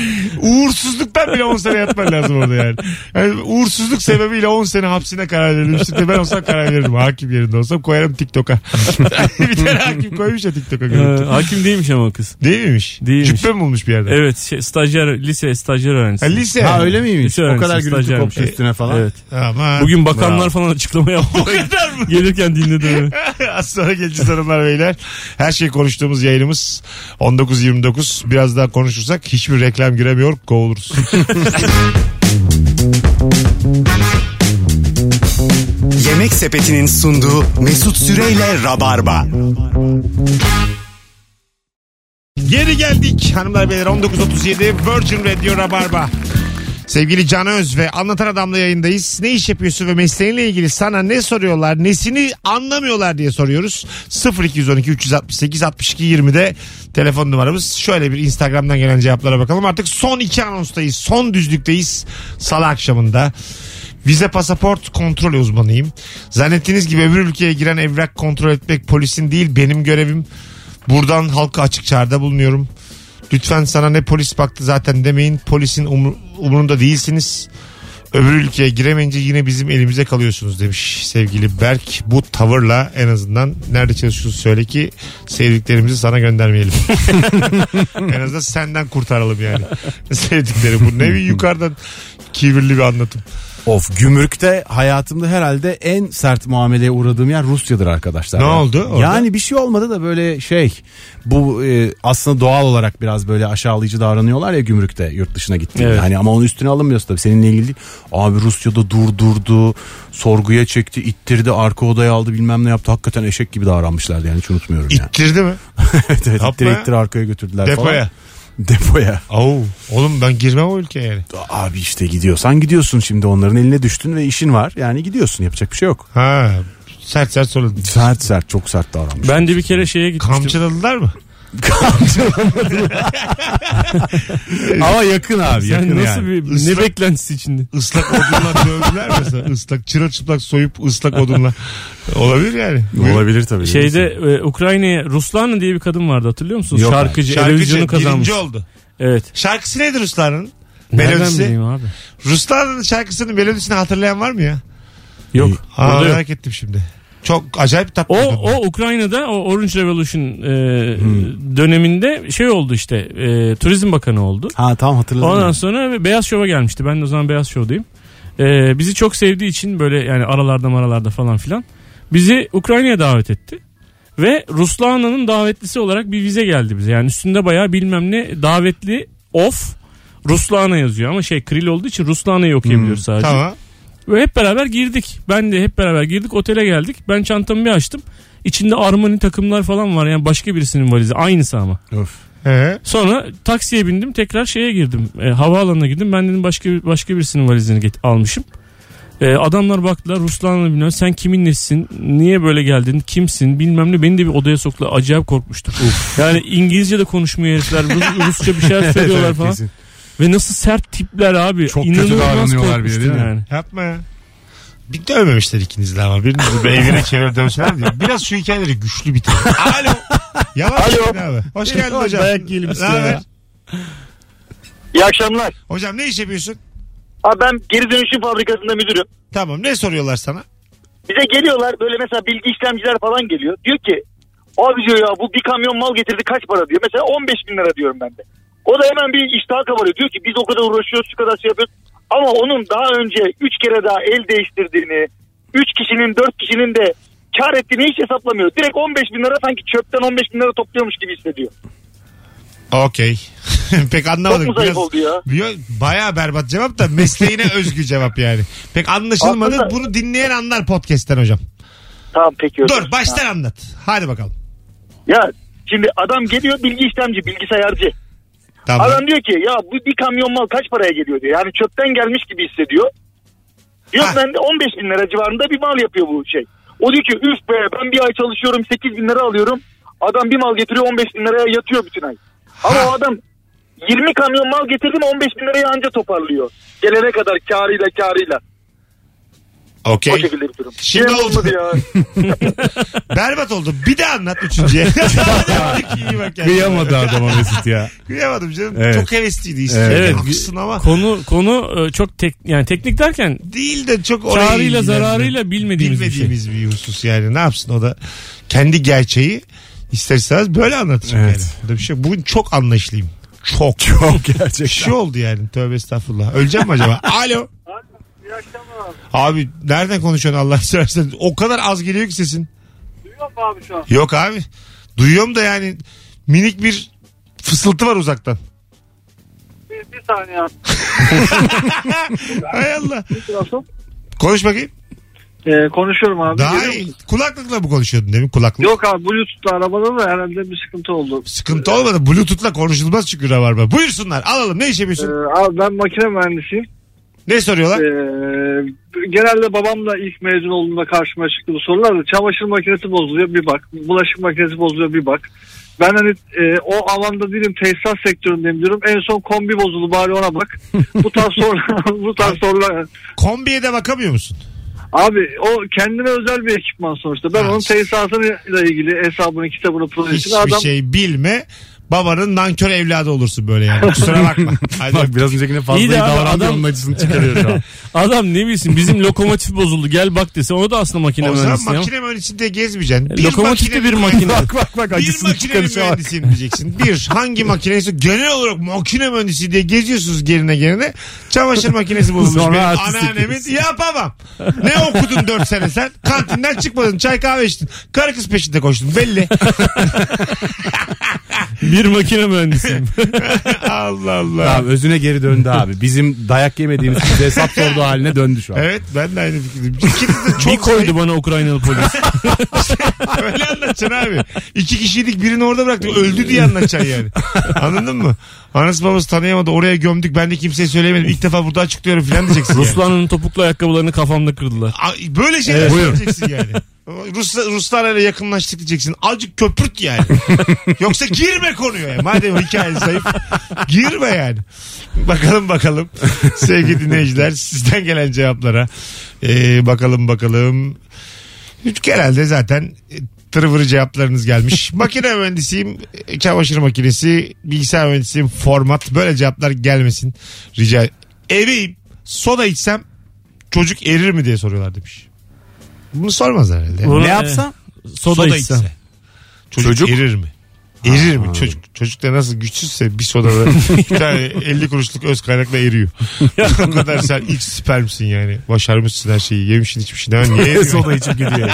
Speaker 2: Uğursuzluktan bile 10 sene yatman lazım orada yani. yani uğursuzluk sebebiyle 10 sene hapsine karar verilmişti de ben olsam karar veririm. Hakim yerinde olsam koyarım TikTok'a. bir tane hakim koymuş ya TikTok'a.
Speaker 3: Ee,
Speaker 2: görüntü.
Speaker 3: hakim değilmiş ama kız.
Speaker 2: Değil miymiş?
Speaker 3: Değilmiş.
Speaker 2: Cübbe mi bulmuş bir yerde?
Speaker 3: Evet şey, stajyer lise stajyer öğrencisi.
Speaker 2: Ha, lise.
Speaker 4: Ha öyle miymiş?
Speaker 3: Lise
Speaker 4: O
Speaker 3: öğrencisi,
Speaker 4: kadar gürültü
Speaker 3: stajyermiş.
Speaker 4: koptu üstüne falan.
Speaker 3: şey. Evet.
Speaker 2: Aman.
Speaker 3: Bugün bakanlar falan açıklama yaptı. Gelirken dinledim.
Speaker 2: Az sonra geleceğiz hanımlar beyler. Her şey konuştuğumuz yayınımız 19.29. Biraz daha konuşursak hiçbir reklam giremiyor kovuluruz.
Speaker 1: Yemek Sepeti'nin sunduğu Mesut Süreyle Rabarba.
Speaker 2: Geri geldik hanımlar beyler 19.37 Virgin Radio Rabarba. Sevgili Can Öz ve Anlatan Adam'la yayındayız. Ne iş yapıyorsun ve mesleğinle ilgili sana ne soruyorlar, nesini anlamıyorlar diye soruyoruz. 0212 368 62 20'de telefon numaramız. Şöyle bir Instagram'dan gelen cevaplara bakalım. Artık son iki anonstayız, son düzlükteyiz. Salı akşamında. Vize pasaport kontrol uzmanıyım. Zannettiğiniz gibi öbür ülkeye giren evrak kontrol etmek polisin değil benim görevim. Buradan halka açık çağrıda bulunuyorum. Lütfen sana ne polis baktı zaten demeyin. Polisin umur- umurunda değilsiniz. Öbür ülkeye giremeyince yine bizim elimize kalıyorsunuz demiş sevgili Berk. Bu tavırla en azından nerede çalışıyorsun söyle ki sevdiklerimizi sana göndermeyelim. en azından senden kurtaralım yani. Sevdikleri bu ne bir yukarıdan kibirli bir anlatım.
Speaker 4: Of gümrükte hayatımda herhalde en sert muameleye uğradığım yer Rusya'dır arkadaşlar.
Speaker 2: Ne
Speaker 4: Ya.
Speaker 2: oldu orada?
Speaker 4: Yani bir şey olmadı da böyle şey bu e, aslında doğal olarak biraz böyle aşağılayıcı davranıyorlar ya gümrükte yurt dışına gittiğinde.
Speaker 3: Evet.
Speaker 4: Hani ama onun üstüne alınmıyorsun tabii seninle ilgili değil. Abi Rusya'da durdurdu, sorguya çekti, ittirdi, arka odaya aldı bilmem ne yaptı. Hakikaten eşek gibi davranmışlardı yani hiç unutmuyorum ya.
Speaker 2: İttirdi mi?
Speaker 4: evet, evet,
Speaker 2: Yapma
Speaker 4: ittire
Speaker 2: ya.
Speaker 4: ittire arkaya götürdüler
Speaker 2: Depoya.
Speaker 4: falan. Depoya.
Speaker 2: Au, oğlum ben girmem o ülkeye yani.
Speaker 4: Abi işte gidiyorsan gidiyorsun şimdi onların eline düştün ve işin var. Yani gidiyorsun yapacak bir şey yok.
Speaker 2: Ha, sert sert soruldu.
Speaker 4: Sert sert çok sert davranmış.
Speaker 3: Ben de bir kere şeye gitmiştim.
Speaker 2: Kamçıladılar mı?
Speaker 4: Ama yakın abi
Speaker 3: Sen
Speaker 4: yakın
Speaker 3: nasıl
Speaker 4: yani.
Speaker 3: bir
Speaker 2: Islak-
Speaker 3: ne beklentisi içinde?
Speaker 2: Islak odunla dövdüler mesela. Islak çırılçıplak soyup ıslak odunla. Olabilir yani.
Speaker 4: Olabilir tabii.
Speaker 3: Şeyde e, Ukrayna'ya Ruslana diye bir kadın vardı hatırlıyor musunuz?
Speaker 4: Yok abi.
Speaker 3: Şarkıcı,
Speaker 2: Şarkıcı
Speaker 3: televizyonu kazanmış.
Speaker 2: birinci oldu.
Speaker 3: Evet.
Speaker 2: Şarkısı nedir Ruslan'ın?
Speaker 3: Nereden
Speaker 2: Melodisi.
Speaker 3: bileyim abi?
Speaker 2: Ruslan'ın şarkısının melodisini hatırlayan var mı ya?
Speaker 3: Yok.
Speaker 2: Ha,
Speaker 3: burada yok.
Speaker 2: merak ettim şimdi. Çok acayip tatlı.
Speaker 3: O,
Speaker 2: kadın.
Speaker 3: o Ukrayna'da o Orange Revolution e, döneminde şey oldu işte e, Turizm Bakanı oldu.
Speaker 4: Ha tamam hatırladım.
Speaker 3: Ondan sonra Beyaz Şov'a gelmişti. Ben de o zaman Beyaz Şov'dayım. Ee, bizi çok sevdiği için böyle yani aralarda maralarda falan filan bizi Ukrayna'ya davet etti. Ve Ruslana'nın davetlisi olarak bir vize geldi bize. Yani üstünde bayağı bilmem ne davetli of Ruslana yazıyor ama şey kril olduğu için Ruslana'yı okuyabiliyor sadece.
Speaker 2: Tamam.
Speaker 3: Ve hep beraber girdik. Ben de hep beraber girdik otele geldik. Ben çantamı bir açtım. İçinde Armani takımlar falan var yani başka birisinin valizi aynısı ama.
Speaker 4: Öf.
Speaker 2: He.
Speaker 3: Sonra taksiye bindim tekrar şeye girdim. E, havaalanına girdim. Ben dedim başka başka birisinin valizini get- almışım. E, adamlar baktılar Ruslan'la bilmem sen kimin nesisin niye böyle geldin kimsin bilmem ne beni de bir odaya soktular acayip korkmuştum. yani İngilizce de konuşmuyor herifler Rus- Rusça bir şeyler söylüyorlar falan.
Speaker 4: Kesin.
Speaker 3: Ve nasıl sert tipler abi.
Speaker 4: Çok kötü
Speaker 3: İnanılmaz
Speaker 4: davranıyorlar bir de,
Speaker 3: korkmuştum
Speaker 4: değil mi?
Speaker 3: yani.
Speaker 2: Yapma ya. Bir dövmemişler ikiniz de ama. Birinizi bir evine çevir dövseler diye. Biraz şu hikayeleri güçlü bitir. Alo. Yavaş Alo. Abi. Hoş geldin
Speaker 3: Yavaş
Speaker 2: hocam.
Speaker 3: dayak yiyelim üstüne
Speaker 2: Ne haber?
Speaker 3: ya.
Speaker 5: İyi akşamlar.
Speaker 2: Hocam ne iş yapıyorsun?
Speaker 5: Abi ben geri dönüşüm fabrikasında müdürüm.
Speaker 2: Tamam ne soruyorlar sana?
Speaker 5: Bize geliyorlar böyle mesela bilgi işlemciler falan geliyor. Diyor ki abi diyor ya bu bir kamyon mal getirdi kaç para diyor. Mesela 15 bin lira diyorum ben de. O da hemen bir iştaha kabarıyor. Diyor ki biz o kadar uğraşıyoruz şu kadar şey yapıyoruz. Ama onun daha önce 3 kere daha el değiştirdiğini, 3 kişinin 4 kişinin de kar ettiğini hiç hesaplamıyor. Direkt 15 bin lira sanki çöpten 15 bin lira topluyormuş gibi hissediyor.
Speaker 2: Okey. Pek anlamadık.
Speaker 5: Çok mu zayıf oldu ya?
Speaker 2: Yo- Bayağı berbat cevap da mesleğine özgü cevap yani. Pek anlaşılmadı.
Speaker 5: Aslında-
Speaker 2: Bunu dinleyen anlar podcast'ten hocam.
Speaker 5: Tamam peki. özür
Speaker 2: Dur
Speaker 5: dilerim.
Speaker 2: baştan anlat. Hadi bakalım.
Speaker 5: Ya şimdi adam geliyor bilgi işlemci, bilgisayarcı.
Speaker 2: Tamam.
Speaker 5: Adam diyor ki ya bu bir kamyon mal kaç paraya geliyor diyor. Yani çöpten gelmiş gibi hissediyor. Diyor
Speaker 2: Ha.
Speaker 5: ben de 15 bin lira civarında bir mal yapıyor bu şey. O diyor ki üf be ben bir ay çalışıyorum 8 bin lira alıyorum. Adam bir mal getiriyor 15 bin liraya yatıyor bütün ay. Ama o adam 20 kamyon mal getirdi mi 15 bin lirayı anca toparlıyor. Gelene kadar karıyla karıyla. O
Speaker 2: Okey.
Speaker 5: şekilde bir durum.
Speaker 2: Şimdi
Speaker 5: Yine
Speaker 2: oldu.
Speaker 5: olmadı ya.
Speaker 2: Berbat oldu. Bir de anlat üçüncüye. Hadi bak, iyi bak kendine.
Speaker 4: Kıyamadı adama Mesut ya.
Speaker 2: Kıyamadım canım.
Speaker 4: Evet.
Speaker 2: Çok hevesliydi. işte.
Speaker 4: Evet.
Speaker 2: Yani Haklısın ama
Speaker 3: Konu konu e, çok tek yani teknik derken
Speaker 2: değil de çok oraya
Speaker 3: karıyla
Speaker 2: ilgilendim.
Speaker 3: zararıyla bilmediğimiz, bir şey.
Speaker 2: Bilmediğimiz bir husus yani. Ne yapsın o da kendi gerçeği isterseniz böyle anlatacak
Speaker 4: Evet.
Speaker 2: yani. Burada bir şey. Bugün çok anlaşılayım. Çok.
Speaker 4: Çok
Speaker 2: Bir
Speaker 4: Oh, gerçekten.
Speaker 2: şey oldu yani. Tövbe estağfurullah. Öleceğim mi acaba? Alo. Abi nereden konuşuyorsun Allah seversen? O kadar az geliyor ki sesin.
Speaker 5: abi şu an.
Speaker 2: Yok abi. Duyuyorum da yani minik bir fısıltı var uzaktan.
Speaker 5: Bir saniye.
Speaker 2: Hay Allah. Konuş bakayım.
Speaker 5: E, konuşuyorum abi.
Speaker 2: Daha iyi. Kulaklıkla mı konuşuyordun demin? Kulaklık.
Speaker 5: Yok abi Bluetooth'la arabada da herhalde bir sıkıntı oldu.
Speaker 2: Sıkıntı olmadı. Bluetooth'la konuşulmaz çünkü rabarba. Buyursunlar. Alalım. Ne iş
Speaker 5: Ee,
Speaker 2: yapıyorsun?
Speaker 5: abi ben makine mühendisiyim.
Speaker 2: Ne soruyorlar?
Speaker 7: Ee, genelde babamla ilk mezun olduğumda karşıma çıktı bu sorular da çamaşır makinesi bozuluyor bir bak. Bulaşık makinesi bozuluyor bir bak. Ben hani e, o alanda değilim tesisat sektöründeyim diyorum. En son kombi bozuldu bari ona bak. bu tarz sorular bu tarz sorular.
Speaker 2: Kombiye de bakamıyor musun?
Speaker 7: Abi o kendine özel bir ekipman sonuçta. Ben
Speaker 2: Ha.
Speaker 7: onun tesisatıyla ilgili hesabını kitabını projesini
Speaker 2: Hiçbir
Speaker 7: adam
Speaker 2: şey bilme. Babanın nankör evladı olursun böyle yani. Kusura bakma. Hadi.
Speaker 4: Bak biraz öncekine fazla
Speaker 3: İyi de abi,
Speaker 4: davrandı
Speaker 3: adam-
Speaker 4: onun acısını çıkarıyor şu an.
Speaker 3: Adam ne bilsin bizim lokomotif bozuldu gel bak dese onu da aslında makine
Speaker 2: o zaman
Speaker 3: mühendisi ya.
Speaker 2: makine mühendisinde gezmeyeceksin.
Speaker 3: E, Lokomotif de bir makine.
Speaker 4: bak bak bak
Speaker 2: Bir
Speaker 4: acısını
Speaker 2: makinenin
Speaker 4: çıkarışa bak.
Speaker 2: mühendisiyim diyeceksin. Bir hangi makineyse genel olarak makine mühendisi diye geziyorsunuz gerine gerine. Çamaşır makinesi bozulmuş
Speaker 4: Sonra
Speaker 2: benim
Speaker 4: artistik
Speaker 2: anneannemin.
Speaker 4: yapıyorsun.
Speaker 2: Yapamam. Ne okudun 4 sene sen? Kantinden çıkmadın çay kahve içtin. Karı kız peşinde koştun belli.
Speaker 3: Bir makine mühendisiyim.
Speaker 2: Allah Allah.
Speaker 4: Abi özüne geri döndü abi. Bizim dayak yemediğimiz bize hesap sorduğu haline döndü şu an.
Speaker 2: Evet ben de aynı fikirdeyim. İkiniz de çok
Speaker 3: bir koydu bana Ukraynalı polis.
Speaker 2: Öyle anlatacaksın abi. İki kişiydik birini orada bıraktık. Öldü diye anlatacaksın yani. Anladın mı? Anası babası tanıyamadı. Oraya gömdük. Ben de kimseye söyleyemedim. İlk defa burada açıklıyorum falan diyeceksin. yani.
Speaker 3: Ruslan'ın topuklu ayakkabılarını kafamda kırdılar.
Speaker 2: A- Böyle şeyler
Speaker 4: Evet, buyurun.
Speaker 2: söyleyeceksin yani. Rus, Ruslarla yakınlaştık diyeceksin. Azıcık köpürt yani. Yoksa girme konuya. yani. Madem hikayen zayıf. Girme yani. Bakalım bakalım. Sevgili dinleyiciler sizden gelen cevaplara. Ee, bakalım bakalım. Genelde zaten e, tırvırı cevaplarınız gelmiş. Makine mühendisiyim, e, çamaşır makinesi, bilgisayar mühendisiyim, format. Böyle cevaplar gelmesin. Rica Eveyim, soda içsem çocuk erir mi diye soruyorlar demiş. Bunu sormazlar herhalde. Yani.
Speaker 3: Bunu-
Speaker 4: Ne yapsam?
Speaker 3: Soda, içsem.
Speaker 2: Çocuk,
Speaker 4: Çocuk?
Speaker 2: erir mi? Erir mi çocuk? Çocuk da nasıl güçsüzse bir sodada bir tane 50 kuruşluk öz kaynakla eriyor. o kadar sen iç süpermsin yani. Başarmışsın her şeyi. Yemişsin içmişsin. Hemen niye eriyor?
Speaker 4: Soda içip gidiyor.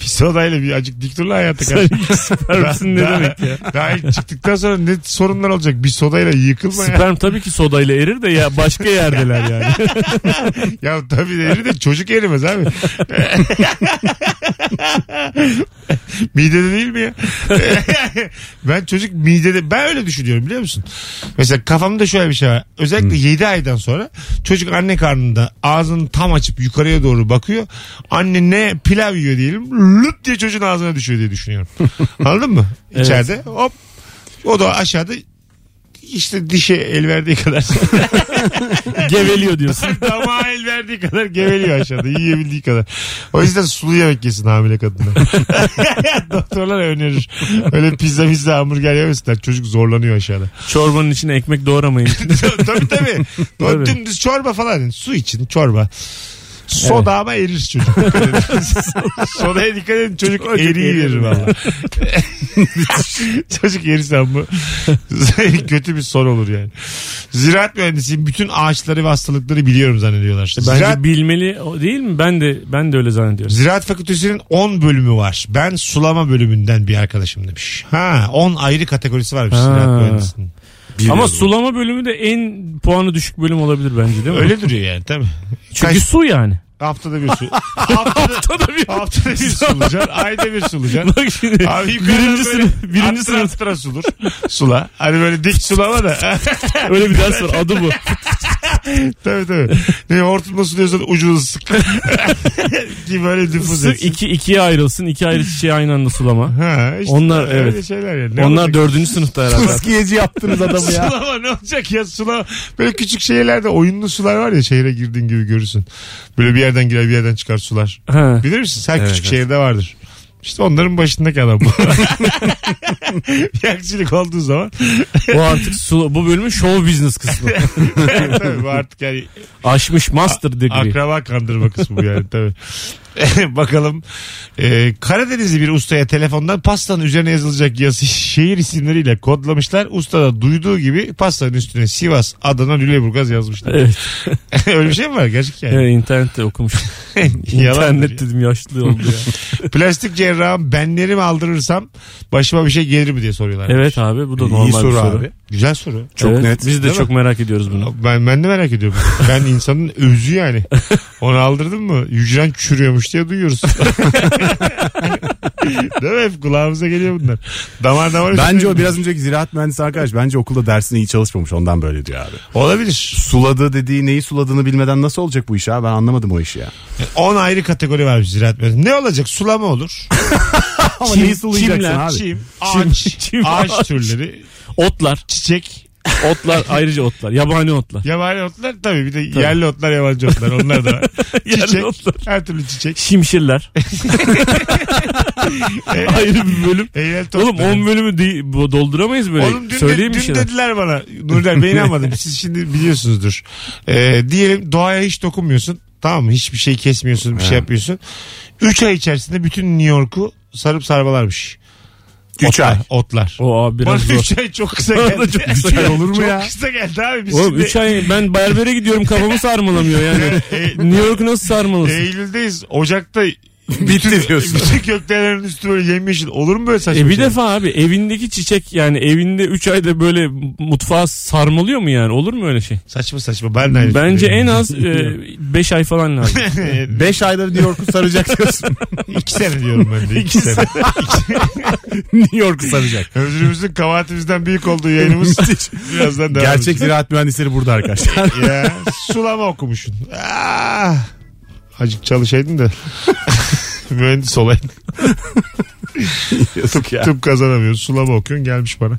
Speaker 2: Bir sodayla bir acık dik dur lan hayatta. kardeşim.
Speaker 3: Spermsin ne
Speaker 2: Daha-
Speaker 3: demek ya?
Speaker 2: Daha ilk çıktıktan sonra ne sorunlar olacak? Bir sodayla yıkılma ya.
Speaker 3: Sperm tabii ki sodayla erir de ya başka yerdeler yani.
Speaker 2: Ya tabii de eri de çocuk erimez abi. midede değil mi ya? ben çocuk midede ben öyle düşünüyorum biliyor musun? Mesela kafamda şöyle bir şey var. Özellikle 7 aydan sonra çocuk anne karnında ağzını tam açıp yukarıya doğru bakıyor. Anne ne pilav yiyor diyelim. Lüp diye çocuğun ağzına düşüyor diye düşünüyorum. Anladın mı?
Speaker 3: Evet.
Speaker 2: İçeride hop o da aşağıda işte dişe el verdiği kadar
Speaker 3: Geveliyor diyorsun.
Speaker 2: Damağa el verdiği kadar geveliyor aşağıda. Yiyebildiği kadar. O yüzden sulu yemek yesin hamile kadınlar. Doktorlar önerir. Öyle pizza pizza hamburger yemesinler. Çocuk zorlanıyor aşağıda.
Speaker 3: Çorbanın içine ekmek doğramayın.
Speaker 2: tabii tabii.
Speaker 3: Tabii.
Speaker 2: O Dümdüz çorba falan. Yani Su için çorba. Soda ama erir çocuk. Sodaya dikkat edin çocuk, eriyor valla. çocuk erirse ama kötü bir son olur yani. Ziraat mühendisiyim. Bütün ağaçları ve hastalıkları biliyorum zannediyorlar.
Speaker 3: Bence
Speaker 2: Ziraat
Speaker 3: bilmeli o değil mi? Ben de ben de öyle zannediyorum.
Speaker 2: Ziraat Fakültesi'nin 10 bölümü var. Ben sulama bölümünden bir arkadaşım demiş. Ha 10 ayrı kategorisi varmış
Speaker 3: Ha.
Speaker 2: ziraat mühendisinin.
Speaker 3: Ama sulama bölümü de en puanı düşük bölüm olabilir bence değil mi?
Speaker 2: Öyle duruyor yani tabii.
Speaker 3: Çünkü
Speaker 2: Kaç-
Speaker 3: su yani.
Speaker 2: haftada bir su. haftada,
Speaker 3: Tabii bir-
Speaker 2: haftada bir sulacaksın. Ayda bir sulacaksın.
Speaker 3: Bak şimdi.
Speaker 2: Abi yukarıdan
Speaker 3: birinci
Speaker 2: böyle
Speaker 3: sınıf, birinci
Speaker 2: astra
Speaker 3: sınıf
Speaker 2: astra sulur. Sula. Hani böyle dik sulama da.
Speaker 3: öyle bir ders var adı bu.
Speaker 2: tabii tabii. Ne hortumla suluyorsan ucunu sık. Ki böyle
Speaker 3: Sık
Speaker 2: nüfuz etsin.
Speaker 3: iki, ikiye ayrılsın. iki ayrı çiçeği aynı anda sulama.
Speaker 2: Ha, işte
Speaker 3: Onlar,
Speaker 2: öyle
Speaker 3: evet.
Speaker 2: şeyler yani. Ne
Speaker 3: Onlar
Speaker 2: olacak?
Speaker 3: dördüncü sınıfta herhalde.
Speaker 4: Fıskiyeci yaptınız adamı ya.
Speaker 2: Sulama ne olacak ya sulama. Böyle küçük şehirlerde oyunlu sular var ya şehre girdiğin gibi görürsün. Böyle bir yerden girer bir yerden çıkar sular.
Speaker 3: Ha.
Speaker 2: Bilir misin? Her
Speaker 4: Evet,
Speaker 2: küçük
Speaker 4: evet.
Speaker 2: şehirde vardır. İşte onların başındaki adam. bu. bir aksilik olduğu zaman
Speaker 3: Bu artık su, bu bölümün show business kısmı.
Speaker 2: tabii bu artık yani
Speaker 3: Aşmış master degree.
Speaker 2: akraba kandırma kısmı bu yani tabii. Bakalım Ee, Karadenizli bir ustaya telefondan pastanın üzerine yazılacak yazı şehir isimleriyle kodlamışlar. Usta da duyduğu gibi pastanın üstüne Sivas, Adana, Lüleburgaz yazmışlar.
Speaker 3: Evet.
Speaker 2: Öyle bir şey mi var gerçek yani?
Speaker 3: evet internette okumuşum.
Speaker 2: Yalan.
Speaker 3: İnternet dedim yaşlı oldu ya.
Speaker 2: Plastik cerrahım benlerimi aldırırsam başıma bir şey gelir mi diye soruyorlar.
Speaker 3: evet abi bu da normal
Speaker 4: İyi
Speaker 3: bir
Speaker 4: soru,
Speaker 3: soru.
Speaker 4: abi.
Speaker 2: Güzel soru.
Speaker 4: Çok
Speaker 3: Evet,
Speaker 4: net.
Speaker 3: Biz de
Speaker 2: Değil
Speaker 3: çok merak ediyoruz bunu.
Speaker 2: Ben, ben de merak ediyorum. Ben insanın özü yani. Onu aldırdın mı? Hücren çürüyormuş diye duyuyoruz. Değil mi? Hep kulağımıza geliyor bunlar. Damar damar.
Speaker 4: Bence
Speaker 2: üstüne-
Speaker 4: o biraz önceki ziraat mühendisi arkadaş bence okulda dersine iyi çalışmamış ondan böyle diyor abi.
Speaker 2: Olabilir.
Speaker 4: Suladı dediği neyi suladığını bilmeden nasıl olacak bu iş abi ben anlamadım o işi ya.
Speaker 2: 10 ayrı kategori var ziraat mühendisliği. Ne olacak? Sulama olur.
Speaker 4: Ama
Speaker 3: Çim-
Speaker 4: neyi sulayacaksın
Speaker 3: çimler,
Speaker 4: abi?
Speaker 2: Çim, ağaç,
Speaker 3: çim,
Speaker 2: ağaç
Speaker 3: ağaç.
Speaker 2: türleri,
Speaker 3: Otlar.
Speaker 2: çiçek,
Speaker 3: Otlar ayrıca otlar. Yabani otlar.
Speaker 2: yabani otlar tabii bir de yerli otlar, yabancı otlar onlar da var.
Speaker 3: Yerli
Speaker 2: çiçek,
Speaker 3: otlar.
Speaker 2: her türlü çiçek.
Speaker 3: Şimşirler. Ayrı bir bölüm.
Speaker 2: Eğlen
Speaker 3: Oğlum 10 bölümü değil- bu- dolduramayız böyle.
Speaker 2: Oğlum dün,
Speaker 3: Söyleyeyim
Speaker 2: de,
Speaker 3: bir
Speaker 2: dün
Speaker 3: şeyler.
Speaker 2: dediler bana Nuriler ben inanmadım siz şimdi biliyorsunuzdur. Ee, diyelim doğaya hiç dokunmuyorsun tamam mı hiçbir şey kesmiyorsun bir şey yapmıyorsun. 3 ay içerisinde bütün New York'u sarıp sarmalarmış.
Speaker 4: Üç ay.
Speaker 2: Otlar.
Speaker 3: O abi
Speaker 2: Bana
Speaker 3: biraz zor.
Speaker 2: 3 ay çok kısa
Speaker 3: Bana da
Speaker 2: geldi.
Speaker 3: çok kısa geldi.
Speaker 4: olur mu
Speaker 2: Çok
Speaker 4: ya?
Speaker 2: kısa geldi abi. Biz
Speaker 3: Oğlum
Speaker 2: şimdi
Speaker 3: 3 ay ben berbere gidiyorum kafamı sarmalamıyor yani. New York nasıl sarmalasın?
Speaker 2: Eylül'deyiz. Ocak'ta
Speaker 4: Bitti diyorsun.
Speaker 2: e, bütün köklerin üstü böyle yemyeşil. Olur mu böyle saçma
Speaker 3: E bir
Speaker 2: şey?
Speaker 3: defa abi evindeki çiçek yani evinde 3 ayda böyle mutfağa sarmalıyor mu yani? Olur mu öyle şey?
Speaker 2: Saçma saçma. Ben de aynı
Speaker 3: Bence en
Speaker 2: fikirdeyim.
Speaker 3: az 5 ay falan lazım.
Speaker 4: 5 ayda New York'u saracak diyorsun.
Speaker 2: İki sene diyorum ben de. İki sene.
Speaker 4: New York'u saracak.
Speaker 2: Özrümüzün kabahatimizden büyük olduğu yayınımız birazdan devam
Speaker 4: Gerçek
Speaker 2: edecek.
Speaker 4: ziraat mühendisleri burada arkadaşlar.
Speaker 2: Ya, sulama okumuşsun. Ah, Azıcık çalışaydın da. Mühendis olaydın.
Speaker 4: Yazık ya.
Speaker 2: Tıp kazanamıyorsun. Sulama okuyorsun gelmiş bana.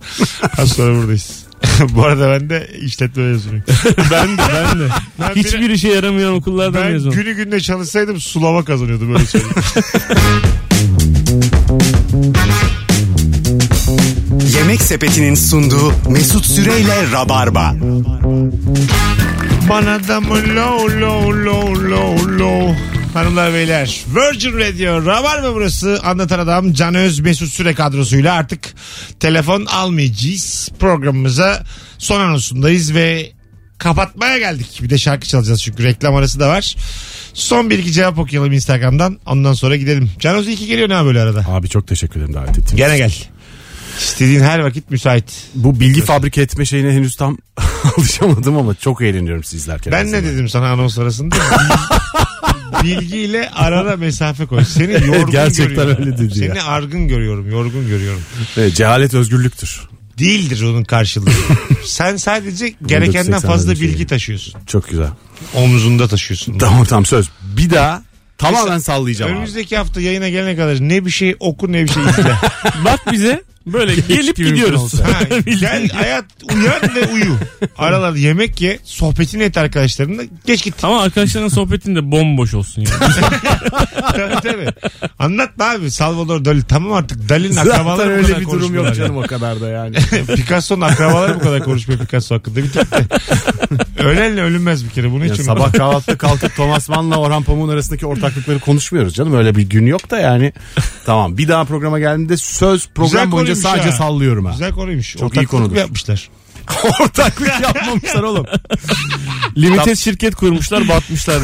Speaker 2: Az sonra buradayız. Bu arada ben de işletme mezunuyum.
Speaker 3: ben de ben de.
Speaker 2: Ben
Speaker 3: Hiçbir işe yaramayan okullardan
Speaker 2: Ben
Speaker 3: mezun.
Speaker 2: günü gününe çalışsaydım sulama kazanıyordum öyle söyleyeyim.
Speaker 1: Yemek Sepeti'nin sunduğu Mesut Süreyle Rabarba.
Speaker 2: Bana da mı low low low low low. Hanımlar beyler Virgin Radio Rabarba burası anlatan adam Can Öz Mesut Süre kadrosuyla artık telefon almayacağız programımıza son anonsundayız ve kapatmaya geldik bir de şarkı çalacağız çünkü reklam arası da var son bir iki cevap okuyalım instagramdan ondan sonra gidelim Can Öz iyi ki geliyor ne böyle arada
Speaker 4: Abi çok teşekkür ederim davet ettiğin
Speaker 2: gene gel İstediğin her vakit müsait
Speaker 4: Bu bilgi fabrika etme şeyine henüz tam alışamadım ama çok eğleniyorum sizi izlerken.
Speaker 2: Ben ne
Speaker 4: aslında.
Speaker 2: dedim sana anons arasında? Bil- Bilgiyle arada mesafe koy. Seni yorgun
Speaker 4: gerçekten
Speaker 2: görüyorum.
Speaker 4: öyle dedi
Speaker 2: Seni
Speaker 4: ya.
Speaker 2: argın görüyorum, yorgun görüyorum.
Speaker 4: Evet, cehalet özgürlüktür.
Speaker 2: Değildir onun karşılığı. Sen sadece gerekenden
Speaker 4: 480'den
Speaker 2: fazla
Speaker 4: bir şey.
Speaker 2: bilgi taşıyorsun.
Speaker 4: Çok güzel.
Speaker 2: Omzunda taşıyorsun.
Speaker 4: Tamam tamam söz. Bir daha tamamen sallayacağım abi.
Speaker 2: Önümüzdeki hafta yayına gelene kadar ne bir şey oku ne bir şey izle.
Speaker 3: Bak bize böyle gelip
Speaker 4: mümkün
Speaker 3: gidiyoruz.
Speaker 4: olsa.
Speaker 2: Ha, gel hayat uyan ve uyu. Aralarda yemek ye, sohbetini et arkadaşlarınla. Geç git.
Speaker 3: Ama arkadaşların sohbetinde bomboş olsun yani.
Speaker 2: tabii tabii. Anlatma abi Salvador Dali. Tamam artık Dali'nin akrabaları
Speaker 4: Zaten
Speaker 2: bu
Speaker 4: öyle
Speaker 2: kadar
Speaker 4: bir durum
Speaker 2: konuşmuyorlar
Speaker 4: yok
Speaker 2: ya.
Speaker 4: canım o kadar da yani.
Speaker 2: Picasso'nun akrabaları bu kadar konuşmuyor Picasso hakkında. Bir tek de. Ölenle ölünmez bir kere. Bunu
Speaker 4: Ya
Speaker 2: hiç
Speaker 4: sabah
Speaker 2: sabah...
Speaker 4: kahvaltıda kalkıp Thomas Mann'la Orhan Pamuk'un arasındaki ortaklıkları konuşmuyoruz canım. Öyle bir gün yok da yani. Tamam bir daha programa geldiğimde söz program boyunca
Speaker 2: konuymuş
Speaker 4: sadece
Speaker 2: ha.
Speaker 4: sallıyorum ha.
Speaker 2: Güzel konuymuş. Çok
Speaker 4: iyi konudur.
Speaker 2: yapmışlar.
Speaker 4: Ortaklık yapmamışlar oğlum.
Speaker 3: Limited şirket kurmuşlar batmışlar.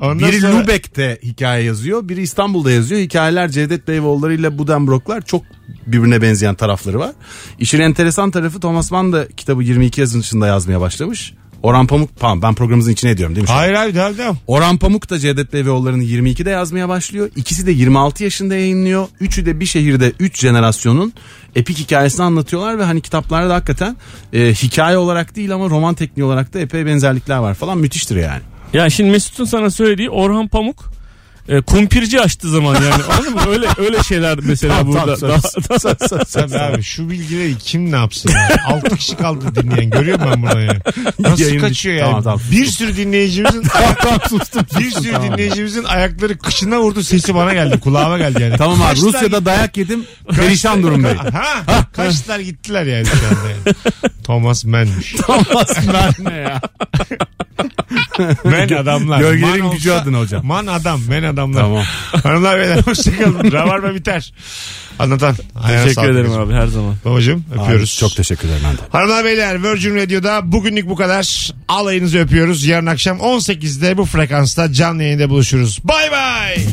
Speaker 2: Ondan
Speaker 4: Biri
Speaker 2: sonra
Speaker 4: Lübeck'te hikaye yazıyor. Biri İstanbul'da yazıyor. Hikayeler Cevdet Beyvoğulları ile Budenbroklar çok birbirine benzeyen tarafları var. İşin enteresan tarafı Thomas Mann da kitabı 22 yazışında yazmaya başlamış. Orhan Pamuk, pam ben programımızın içine ediyorum değil mi? şu an?
Speaker 2: Hayır abi devam devam.
Speaker 4: Orhan Pamuk da Cevdet Beyvoğulları'nı 22'de yazmaya başlıyor. İkisi de 26 yaşında yayınlıyor. Üçü de bir şehirde 3 jenerasyonun epik hikayesini anlatıyorlar ve hani kitaplarda da hakikaten e, hikaye olarak değil ama roman tekniği olarak da epey benzerlikler var falan müthiştir yani.
Speaker 3: ya şimdi Mesut'un sana söylediği Orhan Pamuk e, kumpirci açtı zaman yani. Anladın mı? Öyle öyle şeyler mesela burada.
Speaker 4: Tamam,
Speaker 3: Daha-
Speaker 4: söz, söz, söz, söz.
Speaker 2: Tabii abi şu bilgileri kim ne yapsın? ya? Altı kişi kaldı dinleyen. Görüyor musun ben bunu ya? Nasıl
Speaker 4: Yayın bitti.
Speaker 2: kaçıyor yani?
Speaker 4: Tamam, tamam.
Speaker 2: Bir sürü dinleyicimizin
Speaker 4: Tamam, sustum.
Speaker 2: bir sürü dinleyicimizin ayakları kışına vurdu sesi bana geldi. Kulağıma geldi yani.
Speaker 4: Tamam abi
Speaker 2: Kaç tane-
Speaker 4: Rusya'da dayak yedim. Perişan durumdayım.
Speaker 2: Ha, kaçtılar gittiler yani şu anda yani. Thomas Mann'miş.
Speaker 4: ben ne ya?
Speaker 2: Men adamlar.
Speaker 4: Gölgelerin
Speaker 2: Man
Speaker 4: gücü
Speaker 2: olsa-
Speaker 4: adına hocam.
Speaker 2: Man adam, men adamlar.
Speaker 4: Tamam.
Speaker 2: Hanımlar beyler hoşçakalın. Rabarba biter. Anlatan. ayağına
Speaker 3: Teşekkür
Speaker 2: sağlık
Speaker 3: ederim
Speaker 2: kızım.
Speaker 3: abi her zaman.
Speaker 2: Babacığım öpüyoruz.
Speaker 4: Abi, çok teşekkür ederim ben de.
Speaker 2: Hanımlar beyler Virgin Radio'da bugünlük bu kadar. Alayınızı öpüyoruz. Yarın akşam 18'de bu frekansta canlı yayında buluşuruz. Bay bay.